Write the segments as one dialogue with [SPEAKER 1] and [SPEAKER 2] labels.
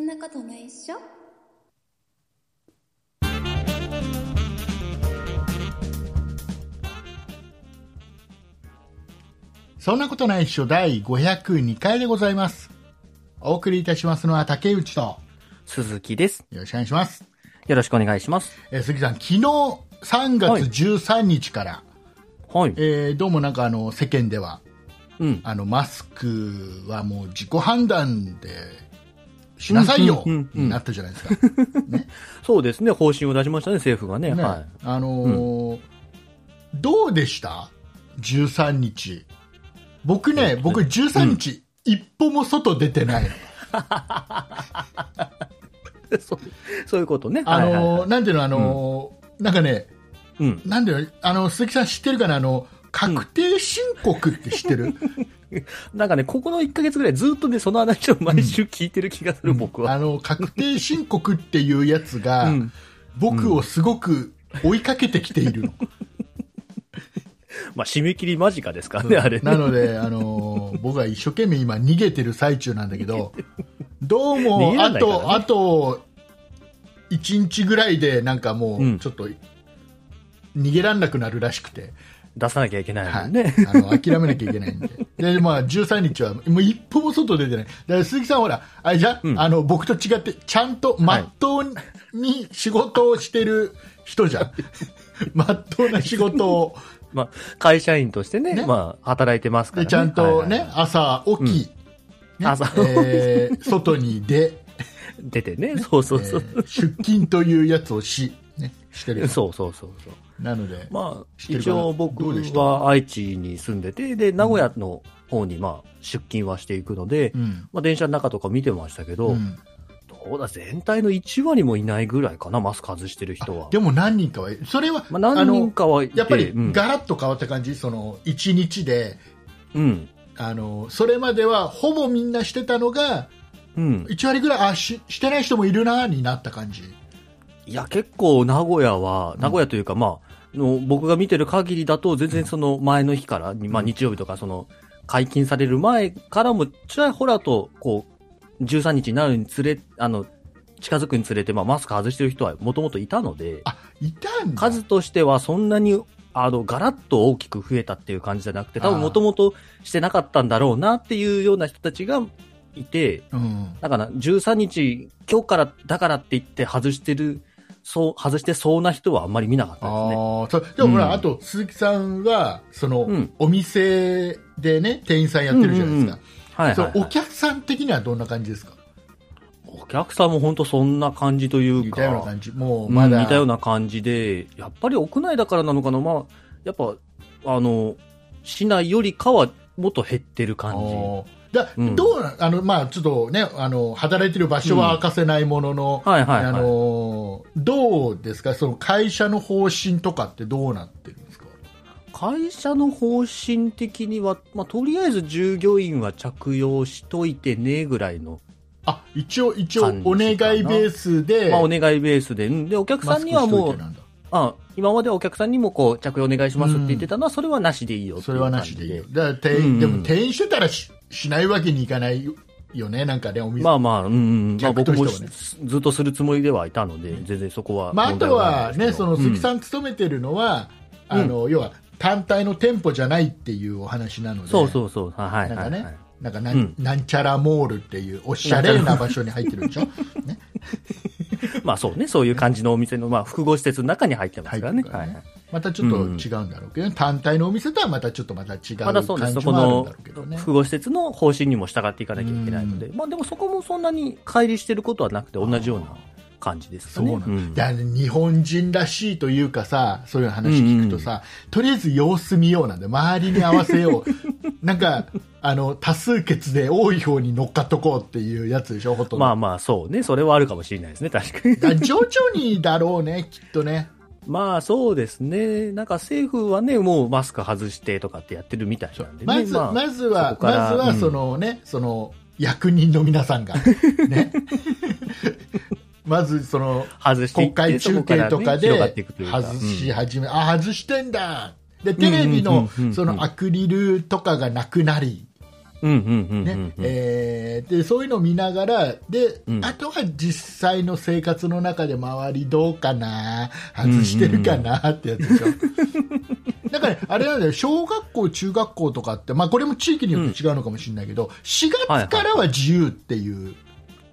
[SPEAKER 1] なことないっしょ
[SPEAKER 2] そんなことないっしょ第502回でございます。お送りいたしますのは竹内と、よ
[SPEAKER 3] 鈴木です。
[SPEAKER 2] ろしくお願いします。
[SPEAKER 3] よろしくお願いします。
[SPEAKER 2] えー鈴木さん、昨日3
[SPEAKER 3] はい
[SPEAKER 2] 月13日から、
[SPEAKER 3] はい。
[SPEAKER 2] えーどうもなんかあの、世間では、
[SPEAKER 3] うん。
[SPEAKER 2] あの、マスクはもう自己判断で、しなさいよ、
[SPEAKER 3] うんうんうんうん
[SPEAKER 2] になったじゃないですか。
[SPEAKER 3] そうですね。方針を出しましたね、政府がね。
[SPEAKER 2] ね
[SPEAKER 3] は
[SPEAKER 2] あのーどうでした13日僕ね、僕13日、一歩も外出てないの。
[SPEAKER 3] い。 そう、そういうことね。
[SPEAKER 2] あのー
[SPEAKER 3] はいはいはい
[SPEAKER 2] なんていうの、あのーなんかね、
[SPEAKER 3] うん。
[SPEAKER 2] なんていうの、あの、鈴木さん知ってるかな、あの、確定申告って知ってる、
[SPEAKER 3] なんかね、ここの1ヶ月ぐらいずっとね、その話を毎週聞いてる気がする、 僕
[SPEAKER 2] あ
[SPEAKER 3] は。
[SPEAKER 2] の、確定申告っていうやつが、
[SPEAKER 3] うん。
[SPEAKER 2] 僕をすごく追いかけてきているの。
[SPEAKER 3] まあ、締め切り間近 ですからね、あれね。
[SPEAKER 2] なので、あのー僕は一生懸命今逃げてる最中なんだけ ど、どうも
[SPEAKER 3] 逃、げら
[SPEAKER 2] あ
[SPEAKER 3] れないからね
[SPEAKER 2] と、あと、1日ぐらいでなんかも
[SPEAKER 3] う
[SPEAKER 2] う、
[SPEAKER 3] ん
[SPEAKER 2] ちょっと、逃げらんなくなるらしくて、
[SPEAKER 3] 出さなきゃいけない
[SPEAKER 2] は
[SPEAKER 3] も
[SPEAKER 2] い
[SPEAKER 3] んね。
[SPEAKER 2] あの諦めなきゃいけないん で、でまあ、13日はもう一歩も外出てない、だから鈴木さん、ほら、あれじゃ、
[SPEAKER 3] うん
[SPEAKER 2] あの僕と違って、ちゃんとまっとうに仕事をしてる人じゃ ん、まっとうな仕事を、
[SPEAKER 3] まあ、会社員としてね、
[SPEAKER 2] ね
[SPEAKER 3] まあ、働いてますから
[SPEAKER 2] で
[SPEAKER 3] ね。
[SPEAKER 2] ちゃんとね、
[SPEAKER 3] はいはいはい
[SPEAKER 2] 朝起き、ね
[SPEAKER 3] 朝
[SPEAKER 2] えー外に 出、
[SPEAKER 3] 出てね、そうそうそう。
[SPEAKER 2] えー出勤というやつをし、ね、してるよ
[SPEAKER 3] そうそうそうそう。
[SPEAKER 2] なので、
[SPEAKER 3] まあ、
[SPEAKER 2] 知ってる
[SPEAKER 3] 一
[SPEAKER 2] から
[SPEAKER 3] 応僕
[SPEAKER 2] どうでした
[SPEAKER 3] は愛知に住んでて、で、名古屋の方にまあ出勤はしていくので、
[SPEAKER 2] うん
[SPEAKER 3] まあ電車の中とか見てましたけど、
[SPEAKER 2] うん
[SPEAKER 3] どうだ、全体の1割もいないぐらいかな、マスク外してる人は。
[SPEAKER 2] でも何人かは、それは、
[SPEAKER 3] まあ何人かはい
[SPEAKER 2] あの
[SPEAKER 3] て、
[SPEAKER 2] やっぱり
[SPEAKER 3] うん、
[SPEAKER 2] ガラッと変わった感じ、その1日で
[SPEAKER 3] うん、
[SPEAKER 2] あの、それまではほぼみんなしてたのが、
[SPEAKER 3] うん。
[SPEAKER 2] 1割ぐらい、あししてない人もいるなになった感じ。
[SPEAKER 3] いや、結構名古屋は、
[SPEAKER 2] ん
[SPEAKER 3] 名古屋というか、まあ、の僕が見てる限りだと、全然その前の日から、まあ日曜日とか、その解禁される前からも、ちらほらと、こう、13日になるにつれ、あの、近づくにつれて、まあマスク外してる人はもともといたので、
[SPEAKER 2] あいたんだ
[SPEAKER 3] 数としてはそんなに、あの、ガラッと大きく増えたっていう感じじゃなくて、多
[SPEAKER 2] あー
[SPEAKER 3] 分もともとしてなかったんだろうなっていうような人たちがいて、
[SPEAKER 2] うん
[SPEAKER 3] だから13日、今日からだからって言って外してる、そう、外してそうな人はあんまり見なかった
[SPEAKER 2] あ
[SPEAKER 3] ですね。
[SPEAKER 2] ーそうでもほら、
[SPEAKER 3] うん
[SPEAKER 2] あと鈴木さんはその、
[SPEAKER 3] うん
[SPEAKER 2] お店でね店員さんやってるじゃないですか、
[SPEAKER 3] はいはい、
[SPEAKER 2] そうお
[SPEAKER 3] はい。
[SPEAKER 2] 客さん的にはどんな感じですか
[SPEAKER 3] お客さんも本当そんな感じという
[SPEAKER 2] 似たような
[SPEAKER 3] か、
[SPEAKER 2] 感じもう
[SPEAKER 3] うん
[SPEAKER 2] まだ、
[SPEAKER 3] 似たような感じで、やっぱり屋内だからなのかな、まあ、やっぱ、あの、市内よりかはもっと減ってる感じ。
[SPEAKER 2] おーだ
[SPEAKER 3] うん
[SPEAKER 2] どうなあのまあちょっとねあの働いてる場所は明かせないものの、
[SPEAKER 3] はいはい、は
[SPEAKER 2] あ
[SPEAKER 3] い。
[SPEAKER 2] のどうですかその会社の方針とかってどうなってるんですか
[SPEAKER 3] 会社の方針的には、まあ、とりあえず従業員は着用しといてねぐらいの、
[SPEAKER 2] あ一応一応
[SPEAKER 3] 感じか
[SPEAKER 2] お
[SPEAKER 3] な
[SPEAKER 2] 願いベースで、
[SPEAKER 3] まあ、お願いベースで、うんで、お客さんにはも
[SPEAKER 2] マスクしといて
[SPEAKER 3] う、
[SPEAKER 2] なんだ
[SPEAKER 3] あ今までお客さんにもこう着用お願いしますって言ってたのは、それはなしでいいよってい
[SPEAKER 2] そうれはなしでいいよ
[SPEAKER 3] 感じ
[SPEAKER 2] だから店員、
[SPEAKER 3] うんうん
[SPEAKER 2] でも転員してたらししないわけにいかないよねなんかねお店、
[SPEAKER 3] ま
[SPEAKER 2] まあ
[SPEAKER 3] あまあ、うんうん、まあ
[SPEAKER 2] 客と
[SPEAKER 3] 僕
[SPEAKER 2] して
[SPEAKER 3] も
[SPEAKER 2] はね
[SPEAKER 3] しずっとするつもりではいたので、全然そこは
[SPEAKER 2] あ
[SPEAKER 3] 問題
[SPEAKER 2] と
[SPEAKER 3] ない
[SPEAKER 2] は
[SPEAKER 3] んですけど。
[SPEAKER 2] ねその鈴木さん勤めてるのは、
[SPEAKER 3] うん
[SPEAKER 2] あの要は単体の店舗じゃないっていうお話なの
[SPEAKER 3] う
[SPEAKER 2] で
[SPEAKER 3] んそうそうそう、はいはい、
[SPEAKER 2] なん
[SPEAKER 3] は
[SPEAKER 2] か
[SPEAKER 3] い。
[SPEAKER 2] ね、なんかなん,、
[SPEAKER 3] うん
[SPEAKER 2] なんちゃらモールっていうおしゃれな場所に入ってるでしょ、 ね、
[SPEAKER 3] まあそうね、そういう感じのお店の、まあ複合施設の中に入ってますから
[SPEAKER 2] 入
[SPEAKER 3] ね。
[SPEAKER 2] ってるからね
[SPEAKER 3] はいはい
[SPEAKER 2] またちょっと違うんだろうけど、ね単体のお店とはまたちょっとまた違う
[SPEAKER 3] ま
[SPEAKER 2] 感
[SPEAKER 3] だ
[SPEAKER 2] じ
[SPEAKER 3] そ
[SPEAKER 2] もあ
[SPEAKER 3] うで
[SPEAKER 2] る
[SPEAKER 3] す、
[SPEAKER 2] ん
[SPEAKER 3] そ
[SPEAKER 2] だ
[SPEAKER 3] この
[SPEAKER 2] ろうけどね、
[SPEAKER 3] 複合施設の方針にも従っていかなきゃいけないので、まあでもそこもそんなに乖離してることはなくて、同じような感じです
[SPEAKER 2] そ
[SPEAKER 3] か
[SPEAKER 2] う
[SPEAKER 3] ね。
[SPEAKER 2] なんだ、
[SPEAKER 3] うん
[SPEAKER 2] だから日本人らしいというかさ、そういう話聞くとさ、とりあえず様子見ようなんで、周りに合わせよ う。なんか、あの、多数決で多い方に乗っかっとこうっていうやつでしょ、ほとんど。
[SPEAKER 3] まあまあそうね、それはあるかもしれないですね、確かに。
[SPEAKER 2] だから徐々にだろうね、 きっとね。
[SPEAKER 3] まあそうですね、なんか政府はね、もうマスク外してとかってやってるみたいなんでね。
[SPEAKER 2] まず、
[SPEAKER 3] あ
[SPEAKER 2] まずは、
[SPEAKER 3] そこ
[SPEAKER 2] ま
[SPEAKER 3] から
[SPEAKER 2] ずは、
[SPEAKER 3] うん
[SPEAKER 2] そのね、その、役人の皆さんが、 ね。まず、その、
[SPEAKER 3] 外してい
[SPEAKER 2] 国
[SPEAKER 3] って
[SPEAKER 2] 会中継とか
[SPEAKER 3] そこらね
[SPEAKER 2] で
[SPEAKER 3] 広がっていくというか
[SPEAKER 2] 外し始め、あ外してんだでテレビの
[SPEAKER 3] うんうんうんうん
[SPEAKER 2] そのアクリルとかがなくなり、
[SPEAKER 3] うんうんうんうんう
[SPEAKER 2] ね
[SPEAKER 3] ん。
[SPEAKER 2] えーでそういうのを見ながらで、
[SPEAKER 3] うん
[SPEAKER 2] あとは実際の生活の中で周りどうかな外してるかなってやつでしょ、だからあれなんだよ小学校、中学校とかって、まあ、これも地域によって違うのかもしれないけど、4月からは自由っていう、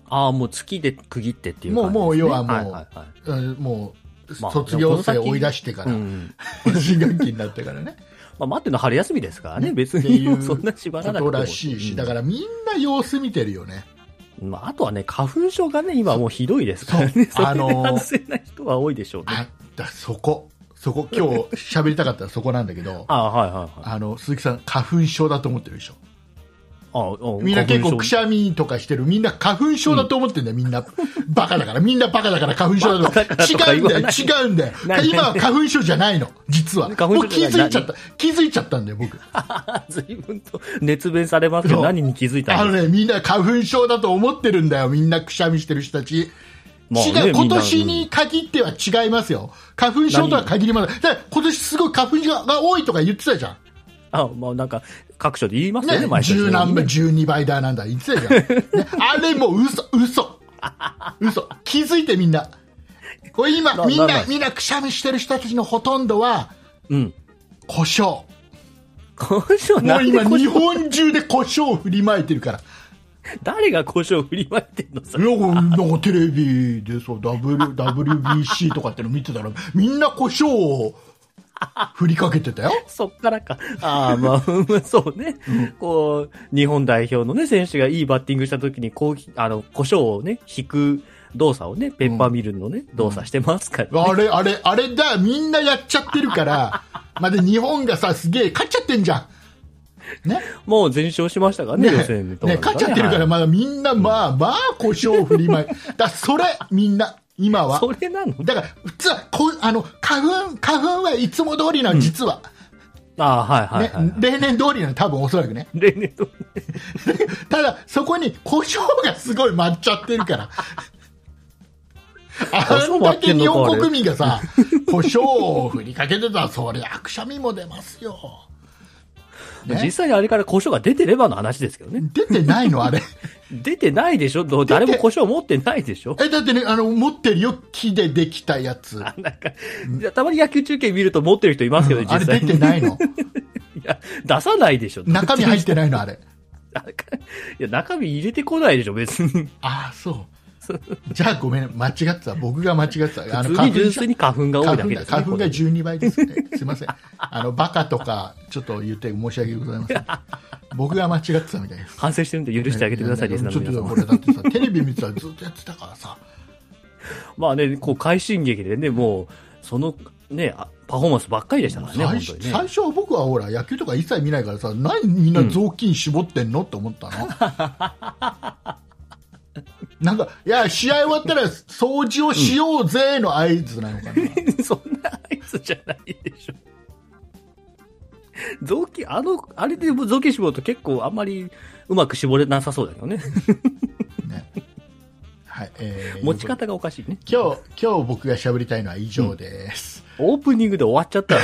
[SPEAKER 3] ああ、もう月で区切ってっていう感じです、ね。
[SPEAKER 2] もうもう要はもう
[SPEAKER 3] いはいはい
[SPEAKER 2] うんもう、
[SPEAKER 3] まあ
[SPEAKER 2] 卒業生追い出してか
[SPEAKER 3] う
[SPEAKER 2] ら、
[SPEAKER 3] ん。
[SPEAKER 2] 新学期になってからね。
[SPEAKER 3] まあ、待っての春休みですからね、
[SPEAKER 2] ね
[SPEAKER 3] 別
[SPEAKER 2] ってい
[SPEAKER 3] に
[SPEAKER 2] う
[SPEAKER 3] そんな縛ら
[SPEAKER 2] こ
[SPEAKER 3] なくても。
[SPEAKER 2] とらしいし、だ
[SPEAKER 3] ら、
[SPEAKER 2] からみんな様子見てるよね。
[SPEAKER 3] まあ、あとはね、花粉症がね、今もうひどいですからね、そ
[SPEAKER 2] そう
[SPEAKER 3] れ
[SPEAKER 2] あの
[SPEAKER 3] で
[SPEAKER 2] ー
[SPEAKER 3] 外せない人は多いでしょうね。
[SPEAKER 2] あだそこ、そこ、今日喋りたかったらそこなんだけど、
[SPEAKER 3] ああ、はいはいはい。
[SPEAKER 2] あの鈴木さん、花粉症だと思ってるでしょ。
[SPEAKER 3] ああああ
[SPEAKER 2] みんな結構
[SPEAKER 3] 花粉症
[SPEAKER 2] くしゃみとかしてる、みんな花粉症だと思ってんだよ、みんな。バカだから、みんなバカだから花粉症だと
[SPEAKER 3] バカだからとか
[SPEAKER 2] 違うんだ
[SPEAKER 3] 言わ
[SPEAKER 2] よ、
[SPEAKER 3] ない
[SPEAKER 2] 違うんだよ
[SPEAKER 3] な。い
[SPEAKER 2] 今は花粉症じゃないの、実は。
[SPEAKER 3] 花粉
[SPEAKER 2] も
[SPEAKER 3] 症
[SPEAKER 2] う
[SPEAKER 3] じ
[SPEAKER 2] 気
[SPEAKER 3] ゃな
[SPEAKER 2] づ
[SPEAKER 3] い
[SPEAKER 2] いちゃった、気づいちゃったんだよ、僕。
[SPEAKER 3] 随分と熱弁されますけど、
[SPEAKER 2] そう
[SPEAKER 3] 何に気づいた
[SPEAKER 2] あ
[SPEAKER 3] ん
[SPEAKER 2] の
[SPEAKER 3] です
[SPEAKER 2] ね、みんな花粉症だと思ってるんだよ、みんなくしゃみしてる人たち。
[SPEAKER 3] まあね
[SPEAKER 2] 違う、
[SPEAKER 3] みん
[SPEAKER 2] 今
[SPEAKER 3] な
[SPEAKER 2] 年に限っては違いますよ。花粉症とは限りません。だから今年すごい花粉症が多いとか言ってたじゃん。
[SPEAKER 3] かあ、まあなんか、各所で言いますよね、
[SPEAKER 2] ね、
[SPEAKER 3] 毎年、
[SPEAKER 2] 十何倍、12倍だなんだ、言ってたじゃん。ね、あれもう嘘、嘘。嘘。気づいてみんな。これ今、
[SPEAKER 3] な
[SPEAKER 2] みん
[SPEAKER 3] な
[SPEAKER 2] な、
[SPEAKER 3] んだ
[SPEAKER 2] みんなくしゃみしてる人たちのほとんどは、
[SPEAKER 3] うん。
[SPEAKER 2] 胡椒。
[SPEAKER 3] 胡椒
[SPEAKER 2] も
[SPEAKER 3] な
[SPEAKER 2] うん
[SPEAKER 3] で
[SPEAKER 2] 今、
[SPEAKER 3] 胡
[SPEAKER 2] 日
[SPEAKER 3] 椒
[SPEAKER 2] 本中で胡椒を振りまいてるから。
[SPEAKER 3] 誰が胡椒振りまいてんのさ
[SPEAKER 2] い。やなんかテレビでそう W WBC とかっての見てたらみんな胡椒を振りかけてたよ。
[SPEAKER 3] そっからか。ああ、まあ、 うんそうね。こう、日本代表のね、選手がいいバッティングした時に、こう、あの、胡椒をね、引く動作をね、ペッパーミルのね、動作してますから。
[SPEAKER 2] あれあれあれだみんなやっちゃってるから。まあで日本がさすげえ勝っちゃってんじゃん。ね
[SPEAKER 3] もう全勝しましたからね、
[SPEAKER 2] ね
[SPEAKER 3] 予選とか、
[SPEAKER 2] ね勝っちゃってるから
[SPEAKER 3] はい
[SPEAKER 2] まだみんなまあまあ胡椒を振りまい。だそれみんな今は
[SPEAKER 3] そ。れなの
[SPEAKER 2] だから普通はこあの花粉花粉はいつも通りなの実は、
[SPEAKER 3] ああ、はいはい
[SPEAKER 2] ね
[SPEAKER 3] はい、はい。
[SPEAKER 2] 例年通りなの多分おそらくね。
[SPEAKER 3] 例年と、
[SPEAKER 2] ただそこに胡椒がすごい舞っちゃってるからあ
[SPEAKER 3] 椒
[SPEAKER 2] ん
[SPEAKER 3] 舞
[SPEAKER 2] だ
[SPEAKER 3] って
[SPEAKER 2] け
[SPEAKER 3] んの
[SPEAKER 2] 日
[SPEAKER 3] かあれ
[SPEAKER 2] 本国民がさ胡椒を振りかけてたらそりゃくしゃみも出ますよね
[SPEAKER 3] 実際にあれから胡椒が出てればの話ですけどね。
[SPEAKER 2] 出てないのあれ
[SPEAKER 3] 出てないでしょどう誰も胡椒持ってないでしょ
[SPEAKER 2] えだってねあの持ってるよ木でできたやつ
[SPEAKER 3] なんか、いやたまに野球中継見ると持ってる人いますけど、
[SPEAKER 2] あ
[SPEAKER 3] 実
[SPEAKER 2] れ出
[SPEAKER 3] 際に。
[SPEAKER 2] てない の
[SPEAKER 3] いや、出さないでしょ。
[SPEAKER 2] 中身入ってないの あれ
[SPEAKER 3] 中いや、中身入れてこないでしょ、別に。
[SPEAKER 2] ああそうじゃあごめん間違ってた僕が間違ってたあ
[SPEAKER 3] 普
[SPEAKER 2] の
[SPEAKER 3] 通に純粋に花粉が多い
[SPEAKER 2] 花
[SPEAKER 3] だけ
[SPEAKER 2] 粉
[SPEAKER 3] です、
[SPEAKER 2] が
[SPEAKER 3] ね。
[SPEAKER 2] 花粉が
[SPEAKER 3] これ
[SPEAKER 2] 12倍ですね、すみませ ん、あのバカとかちょっと言って申し訳ございません、僕が間違ってたみたいです。
[SPEAKER 3] 反省してるんで許してあげてください、リスナー
[SPEAKER 2] ちょ
[SPEAKER 3] の
[SPEAKER 2] っとこ
[SPEAKER 3] 皆様。
[SPEAKER 2] れだってさ、テレビ見てたらずっとやってたからさ、
[SPEAKER 3] まあね、こう、快進撃でね、もう、その、ね、あパフォーマンスばっかりでしたからね、
[SPEAKER 2] 最
[SPEAKER 3] 本
[SPEAKER 2] 初
[SPEAKER 3] 当に
[SPEAKER 2] 最
[SPEAKER 3] ね。
[SPEAKER 2] 初は僕はほら、野球とか一切見ないからさ、何みんな雑巾絞ってんのって思ったの。なんか、いや、試合終わったら掃除をしようぜの合図なのかな。
[SPEAKER 3] そんな合図じゃないでしょ。臓器、あの、あれでも臓器絞ると結構あんまりうまく絞れなさそうだけど ね。
[SPEAKER 2] ねはいえー
[SPEAKER 3] 持ち方がおかしいね。
[SPEAKER 2] 今日、今日僕が喋りたいのは以上です。
[SPEAKER 3] オープニングで終わっちゃったら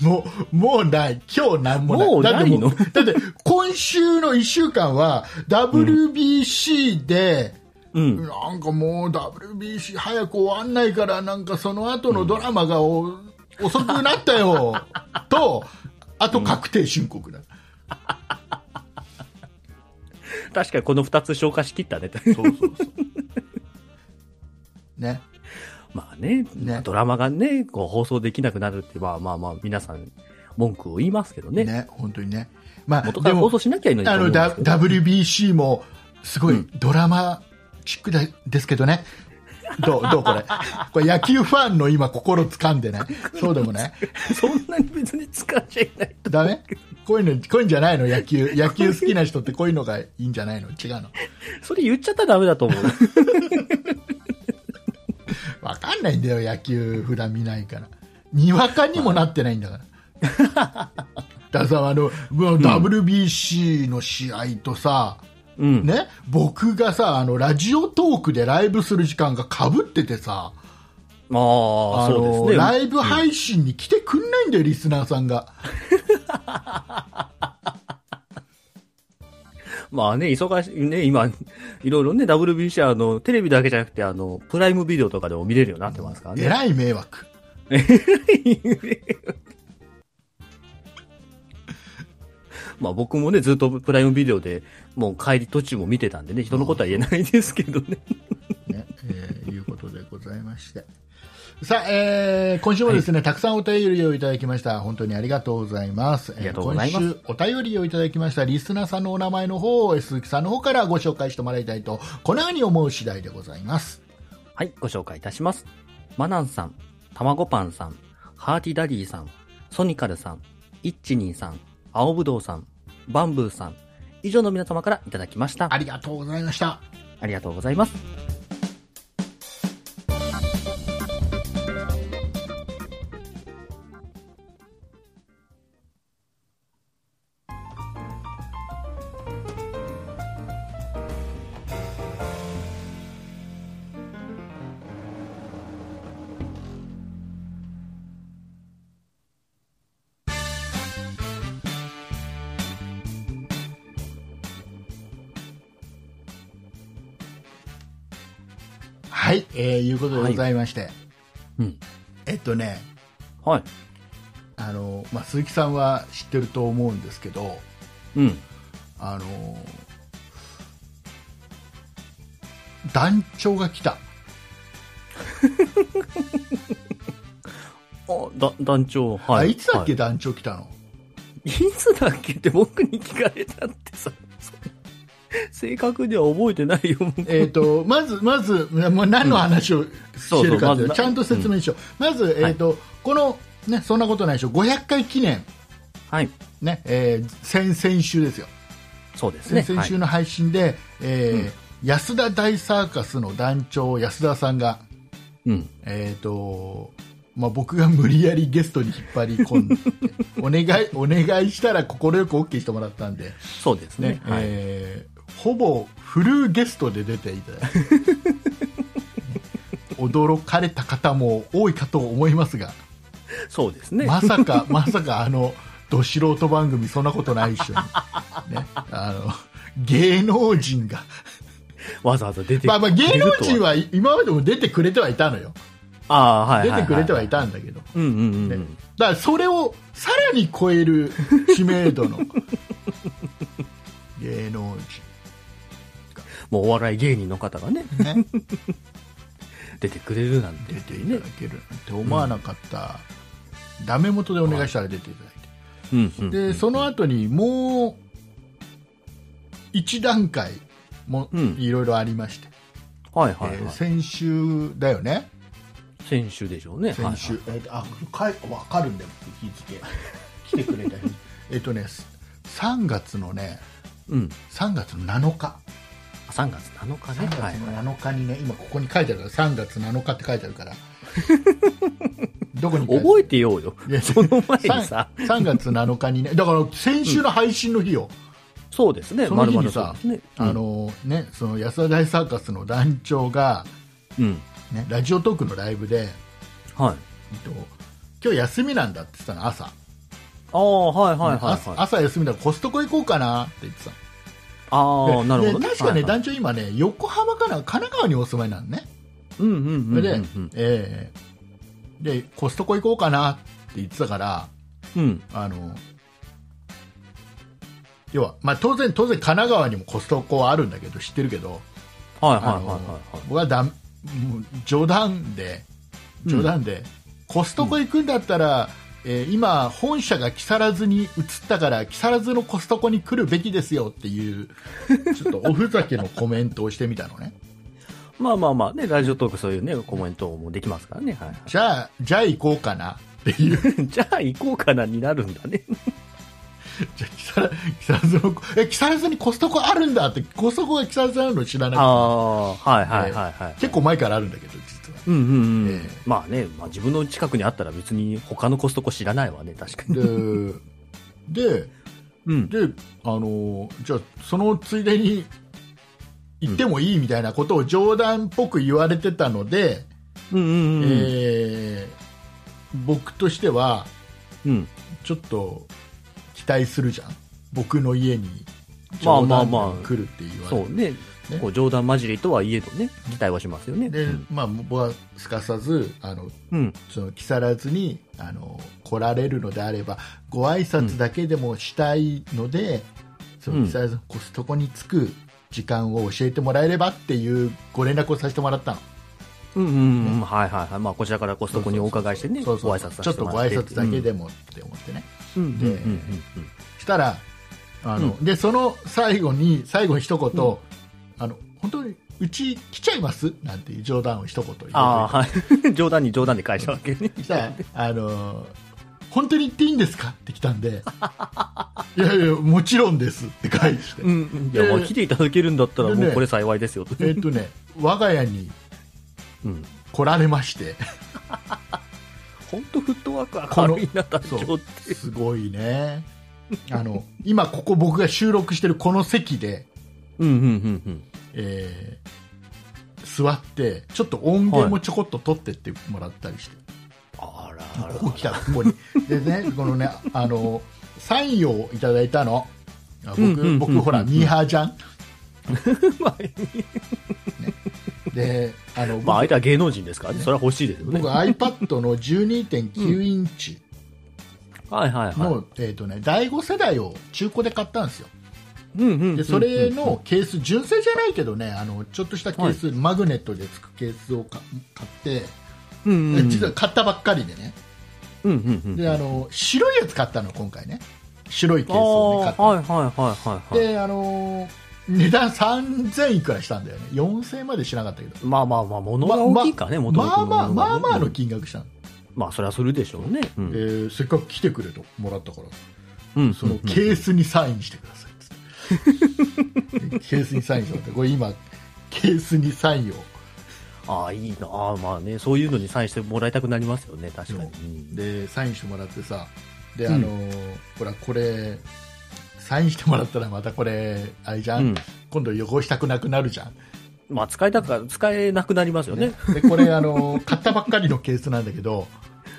[SPEAKER 2] もう、もうない。今日なんもない。
[SPEAKER 3] もうないの
[SPEAKER 2] だってもうだって今週の1週間は WBC で、
[SPEAKER 3] うん。
[SPEAKER 2] なんかもう WBC 早く終わんないから、なんかその後のドラマがお、遅くなったよ。と、あと確定申告だ。
[SPEAKER 3] 確かにこの二つ消化しきったね。
[SPEAKER 2] そうそうそう。ね。
[SPEAKER 3] まあね
[SPEAKER 2] ね
[SPEAKER 3] ドラマがね、こう放送できなくなるって、まあまあまあ、皆さん文句を言いますけどね。
[SPEAKER 2] ね。本当にね。まあ、
[SPEAKER 3] 元から放送しなきゃいいのに
[SPEAKER 2] あ
[SPEAKER 3] と
[SPEAKER 2] の
[SPEAKER 3] 思うん です
[SPEAKER 2] だ
[SPEAKER 3] けど。
[SPEAKER 2] WBC もすごいドラマチックだですけどね、どうどうこれ、これ野球ファンの今、心掴んでない、そうでもない、
[SPEAKER 3] そんなに別に使っちゃいない。
[SPEAKER 2] だめこういうの、こういうんじゃないの、野球、野球好きな人ってこういうのがいいんじゃないの、違うの、
[SPEAKER 3] それ言っちゃったらダメだと思 う。
[SPEAKER 2] わかんないんだよ、野球、普段見ないから、にわかにもなってないんだから。だからさあの、もう WBC の試合とさ、
[SPEAKER 3] うん。
[SPEAKER 2] ね、僕がさあのラジオトークでライブする時間がかぶっててさ、
[SPEAKER 3] まあ、
[SPEAKER 2] あ
[SPEAKER 3] そう
[SPEAKER 2] の
[SPEAKER 3] ですね。
[SPEAKER 2] ライブ配信に来てくんないんだよ、リスナーさんが。
[SPEAKER 3] まあね、忙しい、ね、今、いろいろね、WBC、あの、テレビだけじゃなくて、あの、プライムビデオとかでも見れるようになってますから
[SPEAKER 2] え
[SPEAKER 3] ね。
[SPEAKER 2] らい迷惑。
[SPEAKER 3] まあ僕もね、ずっとプライムビデオで、もう帰り途中も見てたんでね、人のことは言えないですけどね。
[SPEAKER 2] ね、えーいうことでございまして。さあ、えー今週もですね、たくさんお便りをいただきました。本当にありがとうございます。
[SPEAKER 3] ありがとうございます
[SPEAKER 2] えー今週お便りをいただきましたリスナーさんのお名前の方を、えー鈴木さんの方からご紹介してもらいたいと、このように思う次第でございます。
[SPEAKER 3] はい、ご紹介いたします。マナンさん、たまごパンさん、ハーティダディさん、ソニカルさん、イッチニーさん、青ぶどうさん、バンブーさん、以上の皆様からいただきました。
[SPEAKER 2] ありがとうございました。
[SPEAKER 3] ありがとうございます。
[SPEAKER 2] はい、えーいうことでございまして、
[SPEAKER 3] うん。
[SPEAKER 2] えっとね、
[SPEAKER 3] はい。
[SPEAKER 2] あの、まあ、鈴木さんは知ってると思うんですけど、
[SPEAKER 3] うん。
[SPEAKER 2] あの団長が来た。
[SPEAKER 3] あ、だ、団長、はい。
[SPEAKER 2] あいつだっけ、
[SPEAKER 3] は
[SPEAKER 2] 団長来たの
[SPEAKER 3] い、いつだっけって僕に聞かれたって さ、そ正確には覚えてないよ、もう
[SPEAKER 2] えー、と まず、まずまあ何の話をしてるかという
[SPEAKER 3] そうそうまず
[SPEAKER 2] ちゃんと説明しよう、まず、えーとこの、ね、そんなことないでしょ、500回記念、
[SPEAKER 3] はい。
[SPEAKER 2] ねえー先々週ですよ、
[SPEAKER 3] そうですね。
[SPEAKER 2] 先々週の配信で、えー安田大サーカスの団長、安田さんが、
[SPEAKER 3] はい、うん。
[SPEAKER 2] えーとまあ、僕が無理やりゲストに引っ張り込ん でお願い、お願いしたら快く OK してもらったんで、
[SPEAKER 3] そうですね。
[SPEAKER 2] ね
[SPEAKER 3] はい。
[SPEAKER 2] えーほぼフルゲストで出ていただい て驚かれた方も多いかと思いますが、
[SPEAKER 3] そうですね。
[SPEAKER 2] まさかまさかあのど素人番組そんなことないっしょに、ね、あの芸能人が、
[SPEAKER 3] わざわざ出て
[SPEAKER 2] まあ、まあ芸能
[SPEAKER 3] 出る
[SPEAKER 2] 人
[SPEAKER 3] と
[SPEAKER 2] は今までも出てくれてはいたのよ
[SPEAKER 3] ああ、はい
[SPEAKER 2] 出て
[SPEAKER 3] はい、はい。
[SPEAKER 2] くれてはいたんだけど
[SPEAKER 3] うんうんうんう
[SPEAKER 2] ね
[SPEAKER 3] ん。
[SPEAKER 2] だからそれをさらに超える知名度 の芸能
[SPEAKER 3] もうお笑い芸人の方がね、
[SPEAKER 2] 人ね
[SPEAKER 3] 出てくれるなんて。
[SPEAKER 2] 出ていただけるなんて思わなかった、ダメ元でお願いしたら出ていただいて、
[SPEAKER 3] うん、うん。
[SPEAKER 2] でその後にもう一段階も
[SPEAKER 3] うん
[SPEAKER 2] いろいろありまして、
[SPEAKER 3] はいはい、はい
[SPEAKER 2] えー先週だよね
[SPEAKER 3] 先週でしょうね。
[SPEAKER 2] 先週、
[SPEAKER 3] はい
[SPEAKER 2] えーとあかいわかるんだよ日付来てくれた 日えっとね3月のね
[SPEAKER 3] はい、うん。
[SPEAKER 2] 3月の7日
[SPEAKER 3] 3月7日ね。
[SPEAKER 2] 3月
[SPEAKER 3] はいはい。
[SPEAKER 2] の7日にね、今ここに書いてあるから3月7日って書いてあるから どこに書いてある
[SPEAKER 3] 覚えてようよ
[SPEAKER 2] いや。
[SPEAKER 3] その前にさ、
[SPEAKER 2] 3, 月7日にねだから先週の配信の日よ、
[SPEAKER 3] そうですね、
[SPEAKER 2] その日
[SPEAKER 3] 丸
[SPEAKER 2] に
[SPEAKER 3] 々そ
[SPEAKER 2] さ
[SPEAKER 3] うですね。
[SPEAKER 2] あのね、その安田大サーカスの団長が、
[SPEAKER 3] うん、うん。
[SPEAKER 2] ね、ラジオトークのライブで、
[SPEAKER 3] はい。
[SPEAKER 2] えっと、今日休みなんだって言ってたの朝、
[SPEAKER 3] ああ、はいはいはい、
[SPEAKER 2] 朝
[SPEAKER 3] はい。
[SPEAKER 2] 朝休みだからコストコ行こうかなって言ってた
[SPEAKER 3] あ
[SPEAKER 2] の
[SPEAKER 3] あ、なるほど、
[SPEAKER 2] で
[SPEAKER 3] ね。
[SPEAKER 2] 確かね、
[SPEAKER 3] はいはい
[SPEAKER 2] 団長今ね横浜かな神奈川にお住まいなのね
[SPEAKER 3] うんうんうん
[SPEAKER 2] それで,、
[SPEAKER 3] うんうん。
[SPEAKER 2] えーでコストコ行こうかなって言ってたから
[SPEAKER 3] うん。
[SPEAKER 2] あの要は、まあ、当然当然神奈川にもコストコはあるんだけど知ってるけど
[SPEAKER 3] はいはい
[SPEAKER 2] あ
[SPEAKER 3] はいはい
[SPEAKER 2] の
[SPEAKER 3] はい。
[SPEAKER 2] 僕はだもう冗談で
[SPEAKER 3] うん
[SPEAKER 2] 冗談で、コストコ行くんだったら、えー今、本社が木更津に移ったから木更津のコストコに来るべきですよっていうちょっとおふざけのコメントをしてみたの ね
[SPEAKER 3] まあまあまあ、ね、ラジオトークそういうね、コメントもできますからね。はい、は
[SPEAKER 2] じゃあじゃあ行こうかなっていう
[SPEAKER 3] い。 じゃあ行こうかなになるんだね。
[SPEAKER 2] じゃあ木更木更津のえ木更津にコストコあるんだってコストコが木更津あるの知ら
[SPEAKER 3] あ
[SPEAKER 2] な
[SPEAKER 3] あ、はいはいはいはい。
[SPEAKER 2] い結構前からあるんだけど実は。
[SPEAKER 3] うんうんうん
[SPEAKER 2] ええ
[SPEAKER 3] まあね、まあ、自分の近くにあったら別に他のコストコ知らないわね、確かに。
[SPEAKER 2] でで
[SPEAKER 3] うん。
[SPEAKER 2] であのじゃあそのついでに行ってもいいみたいなことを冗談っぽく言われてたので、
[SPEAKER 3] うんうんうんうん。
[SPEAKER 2] えー僕としては
[SPEAKER 3] うん。
[SPEAKER 2] ちょっと待するじゃん僕の家に
[SPEAKER 3] まあまあまあ
[SPEAKER 2] 冗談で来るって言われて、
[SPEAKER 3] そうね
[SPEAKER 2] ね
[SPEAKER 3] こう冗談交じりとはいえどね期待はしますよね
[SPEAKER 2] で、まあ、僕はすかさずあの
[SPEAKER 3] うん
[SPEAKER 2] その木更津にあの来られるのであればご挨拶だけでもしたいので、その木更津のコストコに着く時間を教えてもらえればっていうご連絡をさせてもらったの
[SPEAKER 3] うんうんうん、はいはいはい、まあ、こちらからコストコにお伺いしてね、
[SPEAKER 2] そうそう
[SPEAKER 3] ご挨拶さ
[SPEAKER 2] ちょ
[SPEAKER 3] せ
[SPEAKER 2] ってと
[SPEAKER 3] も
[SPEAKER 2] ご
[SPEAKER 3] ら
[SPEAKER 2] 挨
[SPEAKER 3] って
[SPEAKER 2] 拶だけでもって思ってね、
[SPEAKER 3] うんうんうんうん
[SPEAKER 2] したらあの、でその最後に最後一言、あの本当にうち来ちゃいますなんていう冗談を一言言って
[SPEAKER 3] ああ、はい。 冗談に冗談で返したわけね。
[SPEAKER 2] したらあの本当に行っていいんですかって来たんで いやいやもちろんですって返して、
[SPEAKER 3] うんうん。いや、まあ、来ていただけるんだったら、
[SPEAKER 2] で
[SPEAKER 3] もう
[SPEAKER 2] ね
[SPEAKER 3] これ幸いですよと。
[SPEAKER 2] えっとね我が家に
[SPEAKER 3] うん。
[SPEAKER 2] 来られま して
[SPEAKER 3] 本当フットワークは軽いな、団
[SPEAKER 2] そう
[SPEAKER 3] 長って。
[SPEAKER 2] すごいねあの今ここ僕が収録してるこの席で、
[SPEAKER 3] うんうんうんうん。
[SPEAKER 2] えー座ってちょっと音源もちょこっと取ってってもらったりして、
[SPEAKER 3] あらあら
[SPEAKER 2] こ。こ来たここにでねこのねあのサインをいただいたのあ
[SPEAKER 3] うんうんうんう
[SPEAKER 2] 僕
[SPEAKER 3] ん
[SPEAKER 2] 僕ほらミーハーじゃん
[SPEAKER 3] まあ、
[SPEAKER 2] であの、
[SPEAKER 3] まあ、相手は芸能人ですからね。それは欲しいですよ
[SPEAKER 2] 僕
[SPEAKER 3] ね。
[SPEAKER 2] 僕
[SPEAKER 3] はい
[SPEAKER 2] iPad の12.9インチ
[SPEAKER 3] はいはい。
[SPEAKER 2] の、えーとね、第5世代を中古で買ったんですよ
[SPEAKER 3] うんうんうんうん
[SPEAKER 2] でそれ、のケース純正じゃないけどねあのちょっとしたケース、マグネットで付くケースをか買って、
[SPEAKER 3] うんうん。
[SPEAKER 2] 実は買ったばっかりでね
[SPEAKER 3] うんうんうん。
[SPEAKER 2] であの白いやつ買ったの今回ね白いケー
[SPEAKER 3] あ
[SPEAKER 2] スを、ね、買
[SPEAKER 3] あ
[SPEAKER 2] っ、たの
[SPEAKER 3] はいはいはいはいはい。
[SPEAKER 2] であの値段3000いくらしたんだよね4000までしなかったけど
[SPEAKER 3] まあまあまあ、物が大きいからね、元々
[SPEAKER 2] まあ
[SPEAKER 3] のも
[SPEAKER 2] まあ
[SPEAKER 3] のがね
[SPEAKER 2] まあまあの金額したの、
[SPEAKER 3] まあ、それはするでしょうね。うん
[SPEAKER 2] えーせっかく来てくれともらったから
[SPEAKER 3] うん
[SPEAKER 2] そのケースにサインしてくださいっつって ケースにサインしてもらってこれ今ケースにサインを
[SPEAKER 3] ああ、いいな。ああ、まあね、そういうのにサインしてもらいたくなりますよね、確かに。
[SPEAKER 2] でサインしてもらってさであのーほらこれサインしてもらったらまたこれあれじゃん、
[SPEAKER 3] うん
[SPEAKER 2] 今度汚したくなくなるじゃん、
[SPEAKER 3] まあ、使いたく、使えなくなりますよね。
[SPEAKER 2] でこれあのー買ったばっかりのケースなんだけど